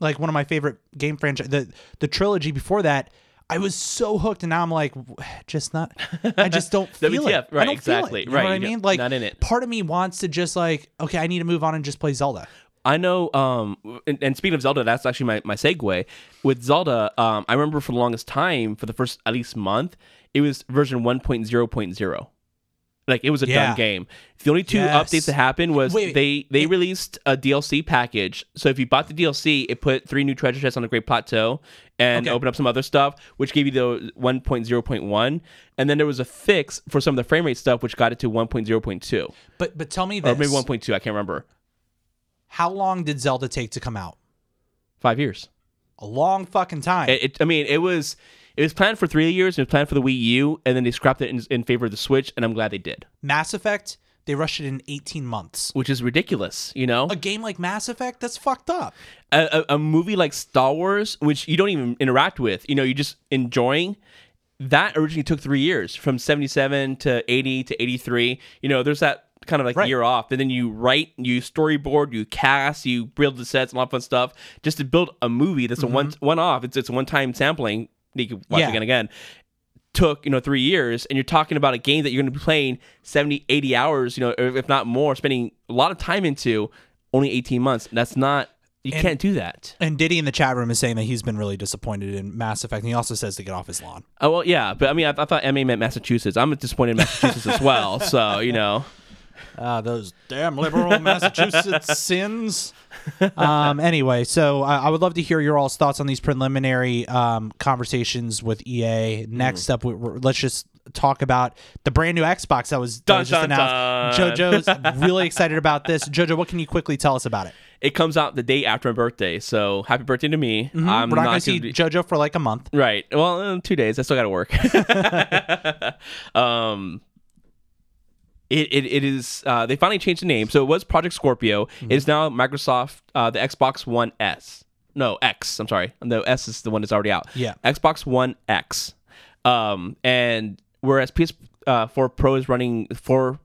[SPEAKER 1] like one of my favorite game franchise. The the trilogy before that, I was so hooked, and now I'm like, w- just not. I just don't feel it.
[SPEAKER 2] WTF,
[SPEAKER 1] I
[SPEAKER 2] right,
[SPEAKER 1] don't
[SPEAKER 2] exactly,
[SPEAKER 1] Feel it, you
[SPEAKER 2] right,
[SPEAKER 1] Know what I
[SPEAKER 2] you don't-
[SPEAKER 1] mean, like,
[SPEAKER 2] not in it.
[SPEAKER 1] Part of me wants to just like, okay, I need to move on and just play Zelda.
[SPEAKER 2] I know. Um, and, and speaking of Zelda, that's actually my, my segue with Zelda. Um, I remember for the longest time, for the first at least month, it was version 1.0.0. Like it was a
[SPEAKER 1] Yeah.
[SPEAKER 2] dumb game. The only two
[SPEAKER 1] Yes.
[SPEAKER 2] updates that happened was
[SPEAKER 1] Wait,
[SPEAKER 2] they they released a DLC package. So if you bought the DLC, it put three new treasure chests on the Great Plateau and
[SPEAKER 1] Okay.
[SPEAKER 2] opened up some other stuff, which gave you the 1.0.1. And then there was a fix for some of the frame rate stuff, which got it to 1.0.2
[SPEAKER 1] But but tell me
[SPEAKER 2] or
[SPEAKER 1] this:
[SPEAKER 2] maybe 1.2. I can't remember.
[SPEAKER 1] how long did Zelda take to come out?
[SPEAKER 2] Five years.
[SPEAKER 1] A long fucking time.
[SPEAKER 2] It, it, I mean, it was it was planned for three years. It was planned for the Wii U, and then they scrapped it in, in favor of the Switch, and I'm glad they did,
[SPEAKER 1] Mass Effect, they rushed it in 18 months.
[SPEAKER 2] which is ridiculous. You know,
[SPEAKER 1] A game like Mass Effect, that's fucked up.
[SPEAKER 2] a, a, a movie like Star Wars, which you don't even interact with. You know, you're just enjoying. That originally took three years, from 77 to 80 to 83. You know, there's that kind of like
[SPEAKER 1] Right.
[SPEAKER 2] year off, and then you write, you storyboard, you cast, you build the sets, and all that fun stuff, just to build a movie that's a one one off. It's it's one time sampling. that You can watch
[SPEAKER 1] Mm-hmm. Yeah.
[SPEAKER 2] again and again. took you know three years and you're talking about a game that you're going to be playing 70 80 hours you know if if not more spending a lot of time into only 18 months that's not you can't do that
[SPEAKER 1] And Diddy in the chat room is saying that he's been really disappointed in Mass Effect. And he also says to get off his lawn.
[SPEAKER 2] oh well yeah but i mean i, I thought ma meant massachusetts i'm disappointed in massachusetts as well so you know
[SPEAKER 1] Ah, those damn liberal Massachusetts sins. Um, anyway, so I, I would love to hear your all's thoughts on these preliminary um, conversations with EA. Next up, we, we're, let's just talk about the brand new Xbox that was, that was just
[SPEAKER 2] Dun, dun,
[SPEAKER 1] announced. JoJo's really excited about this. JoJo, what can you quickly tell us about it?
[SPEAKER 2] it comes out the day after my birthday so happy birthday to me i'm
[SPEAKER 1] Mm-hmm. we're not, going to
[SPEAKER 2] gonna
[SPEAKER 1] see
[SPEAKER 2] be-
[SPEAKER 1] JoJo for like a month.
[SPEAKER 2] Right. eh, Well, uh, two days. I still got to work. um, It, it, it is uh, they finally changed the name, so it was Project Scorpio.
[SPEAKER 1] Mm-hmm.
[SPEAKER 2] It is now Microsoft uh, the Xbox One S. No X. I'm sorry. No S is the one that's already out.
[SPEAKER 1] Yeah.
[SPEAKER 2] Xbox One X. Um, and whereas PS4 Pro is running four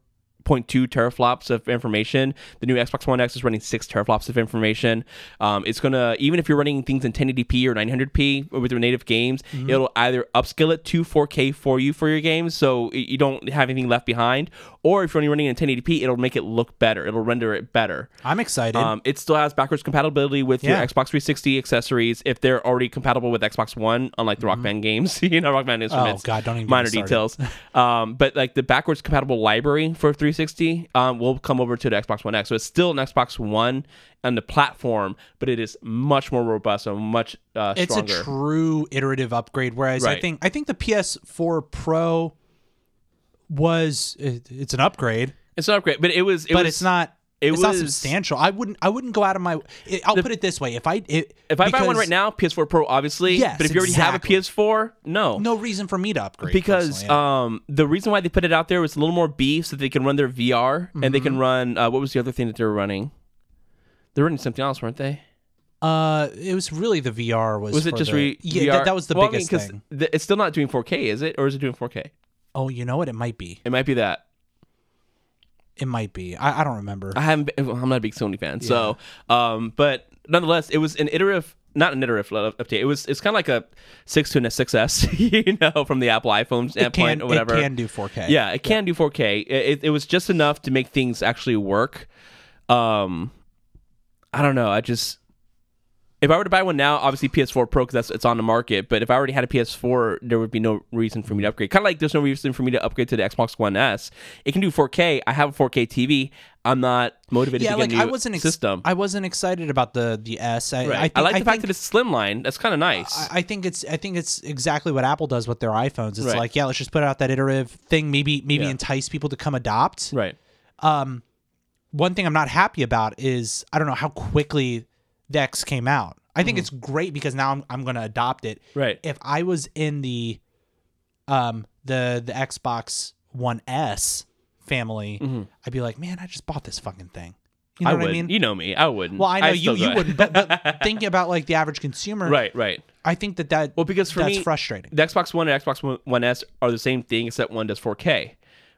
[SPEAKER 2] point two teraflops of information. The new Xbox One X is running six teraflops of information. Um, it's gonna even if you're running things in 1080p or 900p with your native games, it'll either upscale it to 4K for you for your games, so y- you don't have anything left behind, or if you're only running in 1080p, it'll make it look better. It'll render it better.
[SPEAKER 1] I'm excited.
[SPEAKER 2] Um, it still has backwards compatibility with your
[SPEAKER 1] Yeah.
[SPEAKER 2] Xbox 360 accessories if they're already compatible with Xbox One, unlike the Rock Band games, you know, Rock Band instruments.
[SPEAKER 1] Mm-hmm. Oh, God, don't even get me
[SPEAKER 2] minor
[SPEAKER 1] started.
[SPEAKER 2] details. um, but like the backwards compatible library for 360 um, will come over to the Xbox One X. So it's still an Xbox One on the platform, but it is much more robust and much uh,
[SPEAKER 1] it's
[SPEAKER 2] stronger.
[SPEAKER 1] a true iterative upgrade. Whereas I
[SPEAKER 2] Right.
[SPEAKER 1] think I think the PS4 Pro was it, it's an upgrade,
[SPEAKER 2] it's an upgrade, but it was. It
[SPEAKER 1] but
[SPEAKER 2] was,
[SPEAKER 1] it's not.
[SPEAKER 2] it
[SPEAKER 1] it's not
[SPEAKER 2] was-
[SPEAKER 1] substantial. I wouldn't. I wouldn't go out of my. It, I'll put it this way: if I it,
[SPEAKER 2] If I buy one
[SPEAKER 1] because
[SPEAKER 2] right now, PS4 Pro, obviously.
[SPEAKER 1] Yes,
[SPEAKER 2] but if you already
[SPEAKER 1] exactly.
[SPEAKER 2] have a PS4, no.
[SPEAKER 1] no reason for me to upgrade
[SPEAKER 2] because
[SPEAKER 1] personally.
[SPEAKER 2] um, the reason why they put it out there was a little more beef so they can run their VR and they can
[SPEAKER 1] Mm-hmm.
[SPEAKER 2] run uh, what was the other thing that they were running? They were running something else, weren't they?
[SPEAKER 1] uh, it was really the VR was.
[SPEAKER 2] Was it
[SPEAKER 1] for
[SPEAKER 2] just
[SPEAKER 1] the,
[SPEAKER 2] re-
[SPEAKER 1] Yeah,
[SPEAKER 2] VR?
[SPEAKER 1] That, that was the
[SPEAKER 2] Well, I mean,
[SPEAKER 1] biggest
[SPEAKER 2] 'cause
[SPEAKER 1] thing.
[SPEAKER 2] th- it's still not doing 4K, is it? Or is it doing 4K?
[SPEAKER 1] Oh, you know what? It might be.
[SPEAKER 2] It might be that.
[SPEAKER 1] It might be. I, I don't remember.
[SPEAKER 2] I haven't. Been, well, I'm not a big Sony fan, so. Um, but nonetheless, it was an iterative, not an iterative lo- update. It was. It's kind of like a six to a 6S, you know, from the Apple iPhone standpoint
[SPEAKER 1] can
[SPEAKER 2] or whatever.
[SPEAKER 1] it can do 4K?
[SPEAKER 2] Yeah, it can do 4K. It, it, it was just enough to make things actually work. Um, I don't know. I just if I were to buy one now, obviously PS4 Pro because that's it's on the market. But if I already had a PS4, there would be no reason for me to upgrade. Kind of like there's no reason for me to upgrade to the Xbox One S. It can do 4K. I have a 4K TV. I'm not motivated
[SPEAKER 1] Yeah,
[SPEAKER 2] to get
[SPEAKER 1] like
[SPEAKER 2] a new
[SPEAKER 1] I wasn't ex-
[SPEAKER 2] system.
[SPEAKER 1] I wasn't excited about the the S. I,
[SPEAKER 2] Right.
[SPEAKER 1] I,
[SPEAKER 2] I,
[SPEAKER 1] think,
[SPEAKER 2] like the
[SPEAKER 1] I
[SPEAKER 2] fact
[SPEAKER 1] think-
[SPEAKER 2] that it's slimline. That's kind of nice.
[SPEAKER 1] I I think it's I think it's exactly what Apple does with their iPhones. It's
[SPEAKER 2] Right.
[SPEAKER 1] like, yeah, let's just put out that iterative thing, maybe maybe
[SPEAKER 2] Yeah.
[SPEAKER 1] entice people to come adopt.
[SPEAKER 2] right.
[SPEAKER 1] One thing I'm not happy about is I don't know how quickly the X came out. I think it's great because now I'm I'm gonna adopt it.
[SPEAKER 2] Mm-hmm. Right.
[SPEAKER 1] If I was in the um the the Xbox One S family, I'd be like, man, I just bought this fucking thing. You know
[SPEAKER 2] Mm-hmm. I
[SPEAKER 1] what
[SPEAKER 2] would.
[SPEAKER 1] I mean?
[SPEAKER 2] You know me. I wouldn't.
[SPEAKER 1] well, I know
[SPEAKER 2] I'd
[SPEAKER 1] you
[SPEAKER 2] still
[SPEAKER 1] you
[SPEAKER 2] go-
[SPEAKER 1] wouldn't, but, but thinking about like the average consumer,
[SPEAKER 2] right. Right.
[SPEAKER 1] I think that that
[SPEAKER 2] Well, because for
[SPEAKER 1] that's
[SPEAKER 2] me,
[SPEAKER 1] frustrating.
[SPEAKER 2] the Xbox One and Xbox One- One S are the same thing, except one does 4K.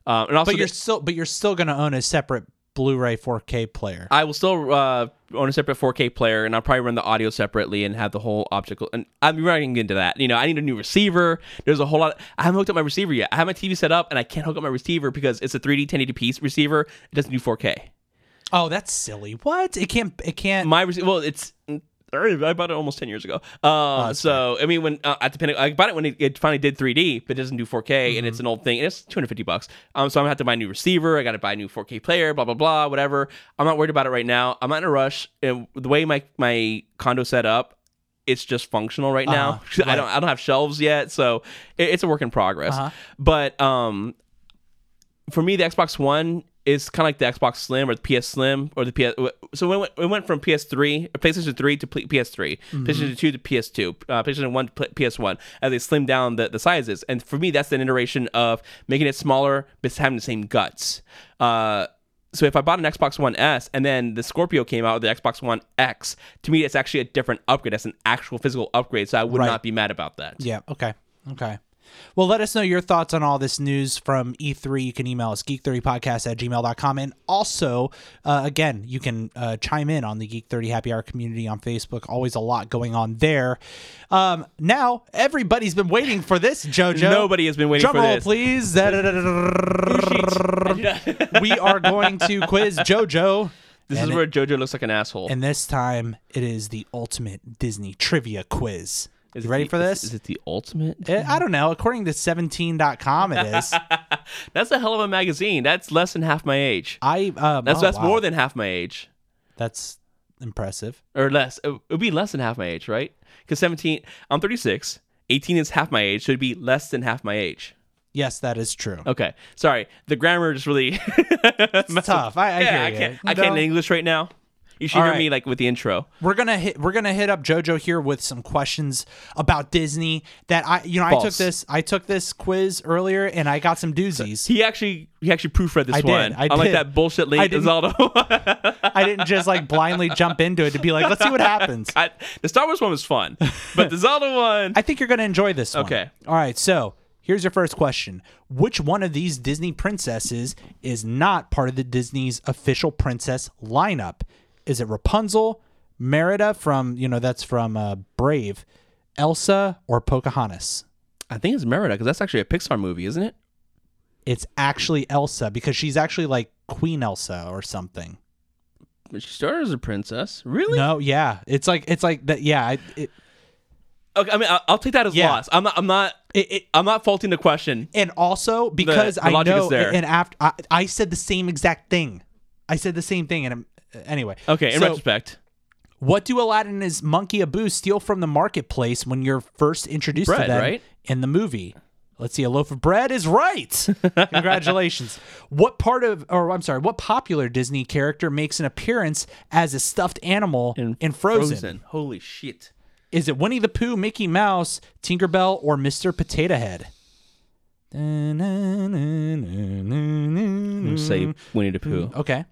[SPEAKER 2] Um, and also,
[SPEAKER 1] But you're
[SPEAKER 2] the-
[SPEAKER 1] still but you're still gonna own a separate Blu-ray 4K player.
[SPEAKER 2] I will still uh, own a separate 4K player, and I'll probably run the audio separately and have the whole optical. And I'm not even into that. You know, I need a new receiver. There's a whole lot. I haven't hooked up my receiver yet. I have my TV set up, and I can't hook up my receiver because it's a 3D 1080p receiver. It doesn't do 4K.
[SPEAKER 1] oh, that's silly. What? It can't. It can't.
[SPEAKER 2] My rece- well, it's mm, I bought it almost ten years ago.
[SPEAKER 1] Oh,
[SPEAKER 2] Uh, so I mean, when uh, at the Pentagon, I bought it when it, it finally did 3D, but it doesn't do 4K, and
[SPEAKER 1] Mm-hmm.
[SPEAKER 2] it's an old thing, and it's 250 bucks. Um, so I'm gonna have to buy a new receiver. I got to buy a new 4K player. Blah blah blah. Whatever. I'm not worried about it right now. I'm not in a rush. And the way my my condo set up. It's just functional right now.
[SPEAKER 1] Uh-huh.
[SPEAKER 2] I don't. I don't have shelves yet, so it, it's a work in progress.
[SPEAKER 1] Uh-huh.
[SPEAKER 2] But um, for me, the Xbox One is kind of like the Xbox Slim or the PS Slim or the PS. So we went, we went from PS3, PlayStation 3 to pl- PS3,
[SPEAKER 1] Mm-hmm.
[SPEAKER 2] PlayStation 2 to PS2, uh, PlayStation 1 to pl- PS1, as they slimmed down the, the sizes. And for me, that's an iteration of making it smaller but having the same guts. Uh, so if I bought an Xbox One S and then the Scorpio came out, with the Xbox One X, to me, it's actually a different upgrade. That's an actual physical upgrade. So I would
[SPEAKER 1] Right.
[SPEAKER 2] not be mad about that.
[SPEAKER 1] yeah. Okay. Okay. Well, let us know your thoughts on all this news from E3. You can email us geek30podcast at gmail.com. And also, uh, again, you can uh, chime in on the Geek30 Happy Hour community on Facebook. Always a lot going on there. Um, now, everybody's been waiting for this, JoJo.
[SPEAKER 2] Nobody has been waiting
[SPEAKER 1] Drum
[SPEAKER 2] for
[SPEAKER 1] roll,
[SPEAKER 2] this.
[SPEAKER 1] please.
[SPEAKER 2] I do not-
[SPEAKER 1] we are going to quiz JoJo.
[SPEAKER 2] this is
[SPEAKER 1] And it-
[SPEAKER 2] where JoJo looks like an asshole.
[SPEAKER 1] And this time it is the ultimate Disney trivia quiz.
[SPEAKER 2] Is
[SPEAKER 1] you
[SPEAKER 2] it
[SPEAKER 1] ready
[SPEAKER 2] the-
[SPEAKER 1] for
[SPEAKER 2] is-
[SPEAKER 1] this?
[SPEAKER 2] Is it the ultimate?
[SPEAKER 1] Eh, I don't know. According to 17.com, it is.
[SPEAKER 2] That's a hell of a magazine. That's less than half my age.
[SPEAKER 1] I um,
[SPEAKER 2] That's
[SPEAKER 1] oh,
[SPEAKER 2] that's
[SPEAKER 1] wow.
[SPEAKER 2] more than half my age,
[SPEAKER 1] that's impressive.
[SPEAKER 2] or less. It would be less than half my age, right? Because seventeen, I'm thirty six. Eighteen is half my age, so it'd be less than half my age.
[SPEAKER 1] Yes, that is true.
[SPEAKER 2] Okay, sorry. The grammar just really.
[SPEAKER 1] It's tough. I, I
[SPEAKER 2] yeah,
[SPEAKER 1] hear
[SPEAKER 2] I
[SPEAKER 1] ya.
[SPEAKER 2] can't.
[SPEAKER 1] You
[SPEAKER 2] I can't
[SPEAKER 1] know?
[SPEAKER 2] in English right now. You should
[SPEAKER 1] All
[SPEAKER 2] hear
[SPEAKER 1] right.
[SPEAKER 2] me like with the intro.
[SPEAKER 1] We're gonna hit. We're gonna hit up JoJo here with some questions about Disney that I, you know, I took
[SPEAKER 2] False.
[SPEAKER 1] this. I took this quiz earlier, and I got some doozies.
[SPEAKER 2] He actually he actually proofread this
[SPEAKER 1] I did,
[SPEAKER 2] one.
[SPEAKER 1] I
[SPEAKER 2] Unlike
[SPEAKER 1] did.
[SPEAKER 2] that bullshit
[SPEAKER 1] I
[SPEAKER 2] link
[SPEAKER 1] didn't-
[SPEAKER 2] Zaldo.
[SPEAKER 1] I didn't just like blindly jump into it to be like, let's see what happens.
[SPEAKER 2] I, the Star Wars one was fun, but the Zelda one.
[SPEAKER 1] I think you're gonna enjoy this. one.
[SPEAKER 2] Okay.
[SPEAKER 1] All right. So here's your first question: Which one of these Disney princesses is not part of the Disney's official princess lineup? Is it Rapunzel, Merida from you know that's from uh, Brave, Elsa, or Pocahontas?
[SPEAKER 2] I think it's Merida because that's actually a Pixar movie, isn't it?
[SPEAKER 1] It's actually Elsa because she's actually like Queen Elsa or something.
[SPEAKER 2] But She started as a princess. Really?
[SPEAKER 1] No, yeah, it's like it's like that. Yeah, I- it,
[SPEAKER 2] Okay, I mean, I'll, I'll take that as
[SPEAKER 1] Yeah.
[SPEAKER 2] loss. I'm not. I'm not.
[SPEAKER 1] it, it
[SPEAKER 2] I'm not faulting the question.
[SPEAKER 1] and also because
[SPEAKER 2] the
[SPEAKER 1] I
[SPEAKER 2] logic
[SPEAKER 1] know,
[SPEAKER 2] is there.
[SPEAKER 1] and after I, I said the same exact thing, I said the same thing, and I'm, anyway.
[SPEAKER 2] Okay, in
[SPEAKER 1] so
[SPEAKER 2] retrospect,
[SPEAKER 1] what do Aladdin and his monkey Abu steal from the marketplace when you're first introduced to
[SPEAKER 2] Bread,
[SPEAKER 1] them
[SPEAKER 2] right?
[SPEAKER 1] in the movie? Let's see, a loaf of bread is right. Congratulations. what part of, or I'm sorry, what popular Disney character makes an appearance as a stuffed animal in, Frozen?
[SPEAKER 2] Holy shit!
[SPEAKER 1] Is it Winnie the Pooh, Mickey Mouse, Tinkerbell, or Mr. Potato Head?
[SPEAKER 2] I'm gonna say
[SPEAKER 1] Mm-hmm.
[SPEAKER 2] Winnie the Pooh.
[SPEAKER 1] Okay.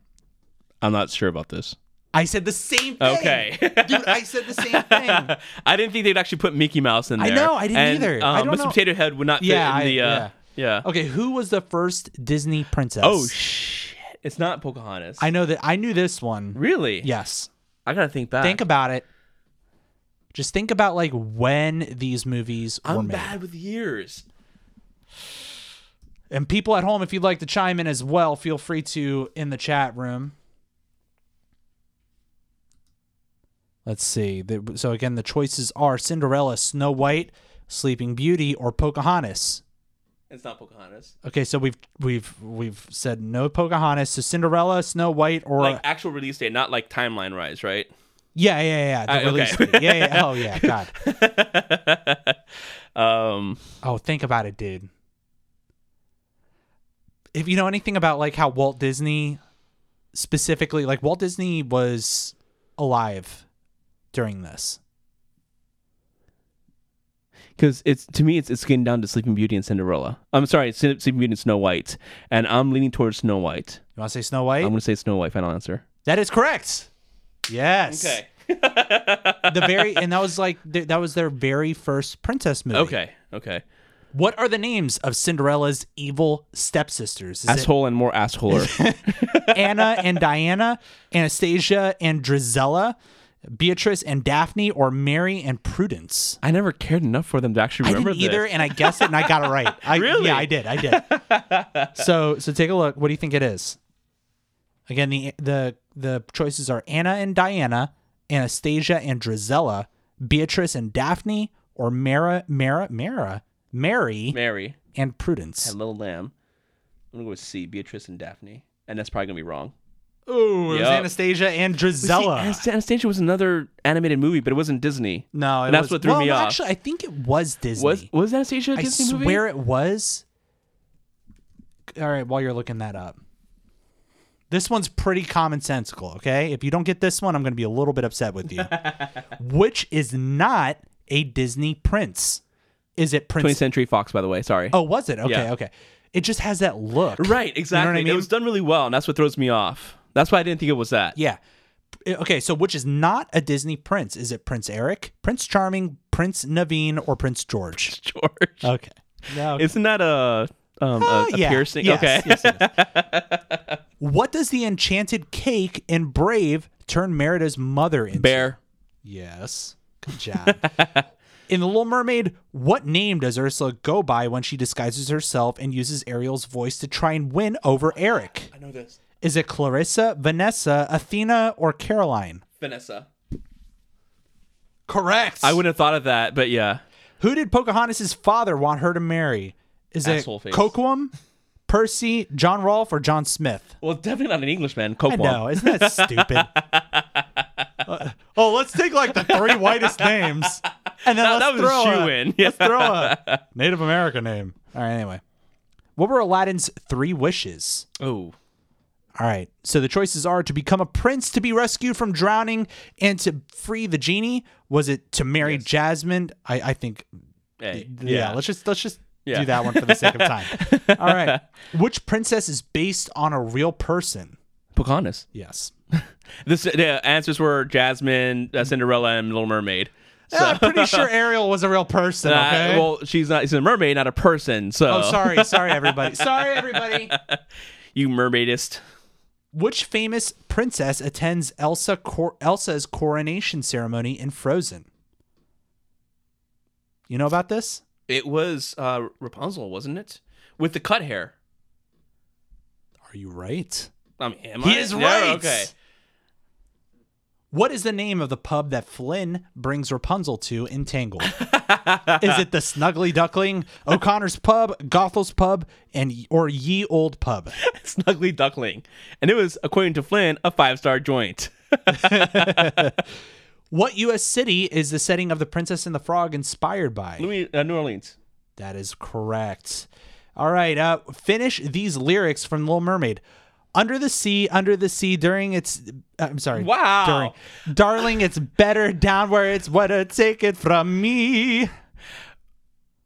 [SPEAKER 2] I'm not sure about this.
[SPEAKER 1] I said the same thing.
[SPEAKER 2] Okay.
[SPEAKER 1] Dude, I said the same thing.
[SPEAKER 2] I didn't think they'd actually put Mickey Mouse in
[SPEAKER 1] I
[SPEAKER 2] there.
[SPEAKER 1] know, I didn't
[SPEAKER 2] And,
[SPEAKER 1] either.
[SPEAKER 2] Um,
[SPEAKER 1] I don't
[SPEAKER 2] Mr.
[SPEAKER 1] know.
[SPEAKER 2] Potato Head would not fit
[SPEAKER 1] Yeah,
[SPEAKER 2] in
[SPEAKER 1] I-
[SPEAKER 2] the. Uh, yeah.
[SPEAKER 1] Okay, who was the first Disney princess?
[SPEAKER 2] Oh shit! It's not Pocahontas.
[SPEAKER 1] I know that I knew this one.
[SPEAKER 2] really.
[SPEAKER 1] Yes.
[SPEAKER 2] I gotta think back.
[SPEAKER 1] Think about it. Just think about like when these movies were
[SPEAKER 2] I'm
[SPEAKER 1] made.
[SPEAKER 2] bad with years.
[SPEAKER 1] And people at home, if you'd like to chime in as well, feel free to in the chat room. Let's see. The- So again, the choices are Cinderella, Snow White, Sleeping Beauty, or Pocahontas.
[SPEAKER 2] It's not Pocahontas.
[SPEAKER 1] Okay, so we've we've we've said no Pocahontas. So Cinderella, Snow White, or
[SPEAKER 2] Like actual release date, not like timeline wise, right?
[SPEAKER 1] yeah, yeah, yeah, the
[SPEAKER 2] I- okay.
[SPEAKER 1] release date. yeah, yeah. Oh yeah, God.
[SPEAKER 2] um,
[SPEAKER 1] Oh, think about it, dude. If you know anything about like how Walt Disney specifically, like Walt Disney was alive during this.
[SPEAKER 2] because it's to me, it's it's getting down to Sleeping Beauty and Cinderella. I'm sorry, Sleep- Sleeping Beauty and Snow White, and I'm leaning towards Snow White.
[SPEAKER 1] You want to say Snow White?
[SPEAKER 2] I'm gonna say Snow White. Final answer.
[SPEAKER 1] that is correct. Yes. the very and that was like th- that was their very first princess movie.
[SPEAKER 2] okay. Okay.
[SPEAKER 1] What are the names of Cinderella's evil stepsisters? Is
[SPEAKER 2] Asshole and more assholer.
[SPEAKER 1] it Anna and Diana, Anastasia and Drizella, Beatrice and Daphne, or Mary and Prudence?
[SPEAKER 2] I never cared enough for them to actually
[SPEAKER 1] I
[SPEAKER 2] remember
[SPEAKER 1] didn't either,
[SPEAKER 2] this.
[SPEAKER 1] and I guessed it, and I got it right. I,
[SPEAKER 2] Really?
[SPEAKER 1] Yeah, I did. I did. so, so take a look. What do you think it is? Again, the the the choices are Anna and Diana, Anastasia and Drizella, Beatrice and Daphne, or Mara, Mara, Mara, Mary
[SPEAKER 2] Mary
[SPEAKER 1] and
[SPEAKER 2] and
[SPEAKER 1] Prudence.
[SPEAKER 2] Little Lamb. I'm gonna go with C. Beatrice and Daphne, and that's probably gonna be wrong.
[SPEAKER 1] Oh, it was
[SPEAKER 2] Yup.
[SPEAKER 1] Anastasia and
[SPEAKER 2] See,
[SPEAKER 1] Drizella.
[SPEAKER 2] Anast- Anastasia was another animated movie, but it wasn't Disney.
[SPEAKER 1] no, it
[SPEAKER 2] And that's
[SPEAKER 1] was,
[SPEAKER 2] what threw
[SPEAKER 1] well,
[SPEAKER 2] me
[SPEAKER 1] no,
[SPEAKER 2] off.
[SPEAKER 1] Actually, I think it was Disney.
[SPEAKER 2] Was was Anastasia a
[SPEAKER 1] I
[SPEAKER 2] Disney movie?
[SPEAKER 1] swear it was. All right, while you're looking that up. This one's pretty commonsensical, okay? If you don't get this one, I'm going to be a little bit upset with you. Which is not a Disney prince. Is it
[SPEAKER 2] 20th
[SPEAKER 1] Prince?
[SPEAKER 2] Century Fox, by the way. Sorry.
[SPEAKER 1] Oh, was it? Okay,
[SPEAKER 2] Yeah.
[SPEAKER 1] okay. It just has that look.
[SPEAKER 2] right, exactly.
[SPEAKER 1] I mean?
[SPEAKER 2] It was done really well, and that's what throws me off. That's why I didn't think it was that.
[SPEAKER 1] Yeah. P- Okay, so which is not a Disney prince? Is it Prince Eric, Prince Charming, Prince Naveen, or Prince George?
[SPEAKER 2] George,
[SPEAKER 1] Okay. No,
[SPEAKER 2] isn't that a um,
[SPEAKER 1] Uh,
[SPEAKER 2] a, a
[SPEAKER 1] yeah.
[SPEAKER 2] piercing?
[SPEAKER 1] Yes,
[SPEAKER 2] okay.
[SPEAKER 1] yes, yes. what does the enchanted cake in Brave turn Merida's mother into?
[SPEAKER 2] Bear.
[SPEAKER 1] Yes. Good job. in The Little Mermaid, what name does Ursula go by when she disguises herself and uses Ariel's voice to try and win over Eric?
[SPEAKER 2] I know this.
[SPEAKER 1] Is it Clarissa, Vanessa, Athena, or Caroline?
[SPEAKER 2] Vanessa.
[SPEAKER 1] Correct.
[SPEAKER 2] I wouldn't have thought of that, but yeah.
[SPEAKER 1] Who did Pocahontas' father want her to marry? Is it
[SPEAKER 2] Asshole face.
[SPEAKER 1] Coquam, Percy, John Rolfe, or John Smith?
[SPEAKER 2] Well, definitely not an Englishman. Cope
[SPEAKER 1] I know, isn't that stupid? Uh, oh, let's take like the three whitest names, and then
[SPEAKER 2] That,
[SPEAKER 1] let's
[SPEAKER 2] that was
[SPEAKER 1] throw
[SPEAKER 2] a shoe in. Yeah.
[SPEAKER 1] Let's throw a Native American name. All right, anyway, what were Aladdin's three wishes?
[SPEAKER 2] Oh.
[SPEAKER 1] All right. So the choices are to become a prince to be rescued from drowning and to free the genie. Was it to marry Jasmine? I, I think.
[SPEAKER 2] Hey,
[SPEAKER 1] Yeah. Let's just let's just
[SPEAKER 2] Yeah.
[SPEAKER 1] do that one for the sake of time. All right. Which princess is based on a real person?
[SPEAKER 2] Pocahontas.
[SPEAKER 1] Yes.
[SPEAKER 2] This the answers were Jasmine, uh, Cinderella, and Little Mermaid.
[SPEAKER 1] Yeah, I'm pretty sure Ariel was a real person.
[SPEAKER 2] Uh,
[SPEAKER 1] Okay.
[SPEAKER 2] well, she's not. She's a mermaid, not a person. So
[SPEAKER 1] oh, sorry, sorry, everybody. Sorry, everybody.
[SPEAKER 2] you mermaidist.
[SPEAKER 1] Which famous princess attends Elsa cor- Elsa's coronation ceremony in Frozen? You know about this?
[SPEAKER 2] It was uh, Rapunzel, wasn't it? With the cut hair.
[SPEAKER 1] Are you right?
[SPEAKER 2] I mean, am
[SPEAKER 1] He
[SPEAKER 2] I?
[SPEAKER 1] is
[SPEAKER 2] No,
[SPEAKER 1] right.
[SPEAKER 2] okay.
[SPEAKER 1] What is the name of the pub that Flynn brings Rapunzel to in Tangled? is it the Snuggly Duckling, O'Connor's Pub, Gothel's Pub, and or Ye Old Pub?
[SPEAKER 2] Snuggly Duckling, and it was according to Flynn a five star joint.
[SPEAKER 1] What U.S. city is the setting of The Princess and the Frog inspired by?
[SPEAKER 2] Louis, uh, New Orleans.
[SPEAKER 1] That is correct. All right, uh, finish these lyrics from Little Mermaid. Under the sea, under the sea, during its. uh, I'm sorry.
[SPEAKER 2] Wow.
[SPEAKER 1] During, darling, it's better down where it's wetter. Take it from me.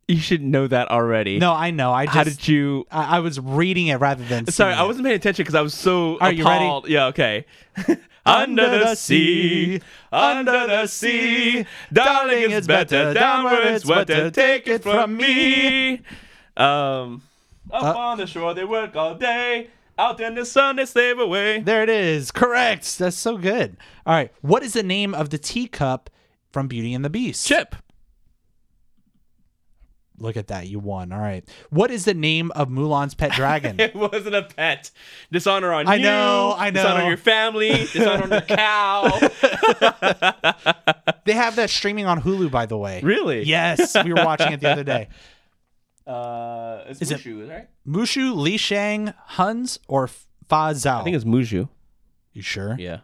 [SPEAKER 2] You should know that already.
[SPEAKER 1] No, I know. I just.
[SPEAKER 2] How did you?
[SPEAKER 1] I, I was reading it rather than.
[SPEAKER 2] Sorry,
[SPEAKER 1] singing
[SPEAKER 2] I
[SPEAKER 1] it.
[SPEAKER 2] wasn't paying attention because I was so
[SPEAKER 1] Are you ready?
[SPEAKER 2] appalled. Yeah, okay. under the sea, under the sea, darling, it's better down where it's wetter. Take it from me. Um,
[SPEAKER 1] Uh,
[SPEAKER 2] up on the shore they work all day. Out in the sun they slave away.
[SPEAKER 1] There it is. Correct. That's so good. All right. What is the name of the teacup from Beauty and the Beast?
[SPEAKER 2] Chip.
[SPEAKER 1] Look at that. You won. All right. What is the name of Mulan's pet dragon?
[SPEAKER 2] It wasn't a pet. Dishonor on
[SPEAKER 1] I
[SPEAKER 2] you.
[SPEAKER 1] know, I
[SPEAKER 2] Dishonor
[SPEAKER 1] know.
[SPEAKER 2] on your family. Dishonor on your cow.
[SPEAKER 1] They have that streaming on Hulu, by the way.
[SPEAKER 2] really?
[SPEAKER 1] Yes, we were watching it the other day.
[SPEAKER 2] Uh, it's
[SPEAKER 1] Is it-
[SPEAKER 2] Mushu, right?
[SPEAKER 1] Mushu, Li Shang, Huns, or Fa Zhao?
[SPEAKER 2] I think it's Mushu.
[SPEAKER 1] you sure?
[SPEAKER 2] Yeah.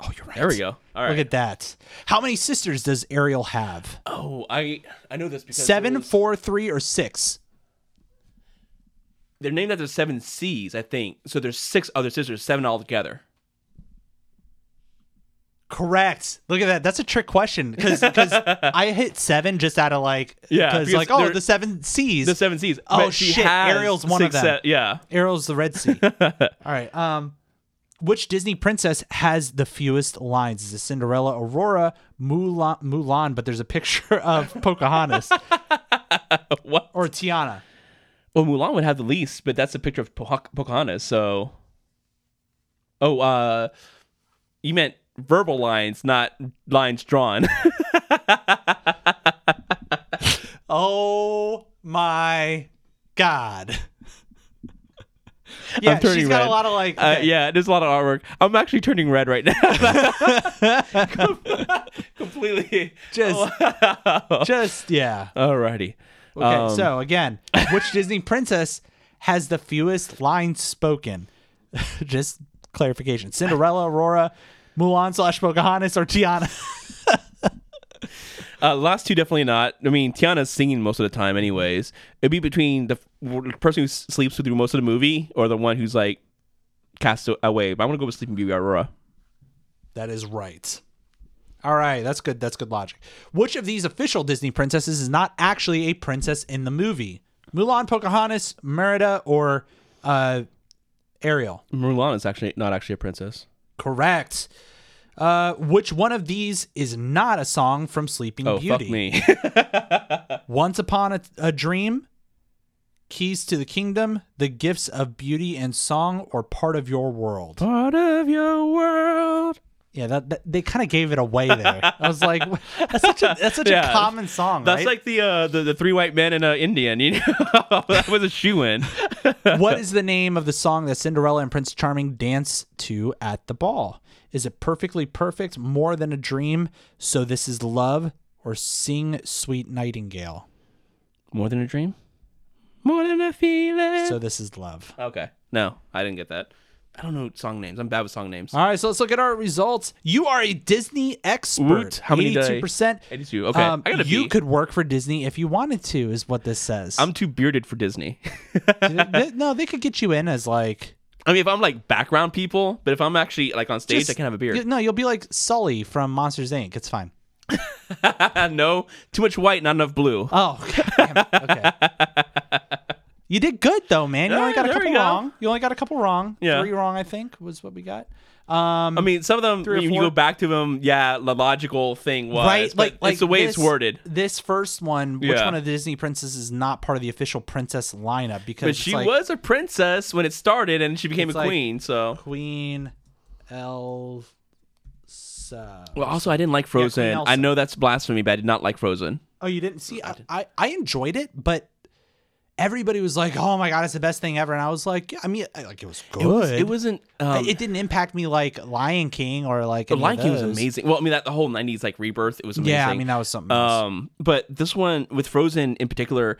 [SPEAKER 1] Oh, you're right.
[SPEAKER 2] There we go. All right.
[SPEAKER 1] Look at that. How many sisters does Ariel have?
[SPEAKER 2] Oh, I I know this because
[SPEAKER 1] Seven,
[SPEAKER 2] it was-
[SPEAKER 1] four, three, or six?
[SPEAKER 2] They're named after seven C's, I think. So there's six other sisters, seven altogether.
[SPEAKER 1] Correct. Look at that. That's a trick question because I hit seven just out of like
[SPEAKER 2] Yeah,
[SPEAKER 1] because
[SPEAKER 2] because
[SPEAKER 1] like oh
[SPEAKER 2] they're-
[SPEAKER 1] the seven C's.
[SPEAKER 2] The seven C's.
[SPEAKER 1] Oh,
[SPEAKER 2] But she
[SPEAKER 1] shit,
[SPEAKER 2] has
[SPEAKER 1] Ariel's one of
[SPEAKER 2] six
[SPEAKER 1] them.
[SPEAKER 2] se- yeah.
[SPEAKER 1] Ariel's the Red Sea. All right. Um, which Disney princess has the fewest lines? Is it Cinderella, Aurora, Mulan? Mulan, but there's a picture of Pocahontas
[SPEAKER 2] What?
[SPEAKER 1] or Tiana.
[SPEAKER 2] Well, Mulan would have the least, but that's a picture of Poca- Pocahontas. So, oh, uh, you meant verbal lines, not lines drawn. Uh,
[SPEAKER 1] Oh my God. yeah,
[SPEAKER 2] turning
[SPEAKER 1] she's got
[SPEAKER 2] red.
[SPEAKER 1] a lot of like.
[SPEAKER 2] Uh,
[SPEAKER 1] okay.
[SPEAKER 2] yeah, there's a lot of artwork. I'm actually turning red right now. Completely.
[SPEAKER 1] Just, just yeah.
[SPEAKER 2] Alrighty.
[SPEAKER 1] Okay,
[SPEAKER 2] Um,
[SPEAKER 1] so again, which Disney princess has the fewest lines spoken? Just clarification: Cinderella, Aurora, Mulan slash Pocahontas, or Tiana.
[SPEAKER 2] uh, last two definitely not. I mean, Tiana's singing most of the time, anyways. It'd be between the f- person who s- sleeps through most of the movie or the one who's like cast away. But I want to go with Sleeping Beauty Aurora.
[SPEAKER 1] that is right. All right, that's good. That's good logic. Which of these official Disney princesses is not actually a princess in the movie? Mulan, Pocahontas, Merida, or uh, Ariel?
[SPEAKER 2] Mulan is actually not actually a princess.
[SPEAKER 1] Correct. Uh, which one of these is not a song from Sleeping
[SPEAKER 2] Oh
[SPEAKER 1] Beauty?
[SPEAKER 2] fuck me!
[SPEAKER 1] Once Upon a, a Dream, Keys to the Kingdom, The Gifts of Beauty and Song, or Part of Your World.
[SPEAKER 2] Part of your world.
[SPEAKER 1] Yeah, that, that- they kind of gave it away there. I was like, that's such a that's such
[SPEAKER 2] Yeah.
[SPEAKER 1] a common song,
[SPEAKER 2] That's
[SPEAKER 1] right?
[SPEAKER 2] like the, uh, the the three white men and an Indian. You know, that was a shoe in.
[SPEAKER 1] what is the name of the song that Cinderella and Prince Charming dance to at the ball? Is it Perfectly Perfect, More Than a Dream, So This Is Love, or Sing Sweet Nightingale?
[SPEAKER 2] More than a dream. More than a feeling.
[SPEAKER 1] So This Is Love.
[SPEAKER 2] okay. No, I didn't get that. I don't know song names. I'm bad with song names.
[SPEAKER 1] All right, so let's look at our results. You are a Disney expert.
[SPEAKER 2] Woot. How many did I-
[SPEAKER 1] 82%.
[SPEAKER 2] 82. Okay.
[SPEAKER 1] Um,
[SPEAKER 2] I gotta
[SPEAKER 1] you
[SPEAKER 2] be.
[SPEAKER 1] could work for Disney if you wanted to, is what this says.
[SPEAKER 2] I'm too bearded for Disney.
[SPEAKER 1] Th- th- no, they could get you in as like
[SPEAKER 2] I mean, if I'm like background people, but if I'm actually like on stage,
[SPEAKER 1] Just-
[SPEAKER 2] I can have a
[SPEAKER 1] You-
[SPEAKER 2] beer.
[SPEAKER 1] No, you'll be like Sully from Monsters Inc. It's fine.
[SPEAKER 2] no, too much white, not enough blue.
[SPEAKER 1] Oh, damn it. okay. You did good though, man. You
[SPEAKER 2] Yeah,
[SPEAKER 1] only got a
[SPEAKER 2] there we
[SPEAKER 1] couple
[SPEAKER 2] go.
[SPEAKER 1] wrong. You only got a couple wrong.
[SPEAKER 2] Yeah.
[SPEAKER 1] Three wrong, I think, was what we got. Um,
[SPEAKER 2] I mean, some of them
[SPEAKER 1] Three or
[SPEAKER 2] when you
[SPEAKER 1] four.
[SPEAKER 2] go back to them. Yeah, the logical thing was
[SPEAKER 1] right?
[SPEAKER 2] but
[SPEAKER 1] Like, like
[SPEAKER 2] it's the way
[SPEAKER 1] this,
[SPEAKER 2] it's worded.
[SPEAKER 1] This first one, which
[SPEAKER 2] Yeah.
[SPEAKER 1] one of the Disney princesses is not part of the official princess lineup? Because
[SPEAKER 2] But
[SPEAKER 1] it's
[SPEAKER 2] she
[SPEAKER 1] like
[SPEAKER 2] was a princess when it started, and she became a
[SPEAKER 1] It's like-
[SPEAKER 2] queen. So
[SPEAKER 1] Queen Elsa.
[SPEAKER 2] well, also I didn't like Frozen.
[SPEAKER 1] Elsa.
[SPEAKER 2] I know that's blasphemy, but I did not like Frozen.
[SPEAKER 1] Oh, you didn't see? I, I, I enjoyed it, but everybody was like, "Oh my god, it's the best thing ever," and I was like, yeah, "I mean, I- like it was good. It,
[SPEAKER 2] It wasn't. Um,
[SPEAKER 1] didn't impact me like Lion King or like
[SPEAKER 2] The
[SPEAKER 1] any
[SPEAKER 2] Lion
[SPEAKER 1] of
[SPEAKER 2] King was
[SPEAKER 1] those.
[SPEAKER 2] amazing. Well, I mean, that the whole '90s like rebirth, it was amazing.
[SPEAKER 1] Yeah, I mean that was something. Else.
[SPEAKER 2] Um, but this one with Frozen in particular,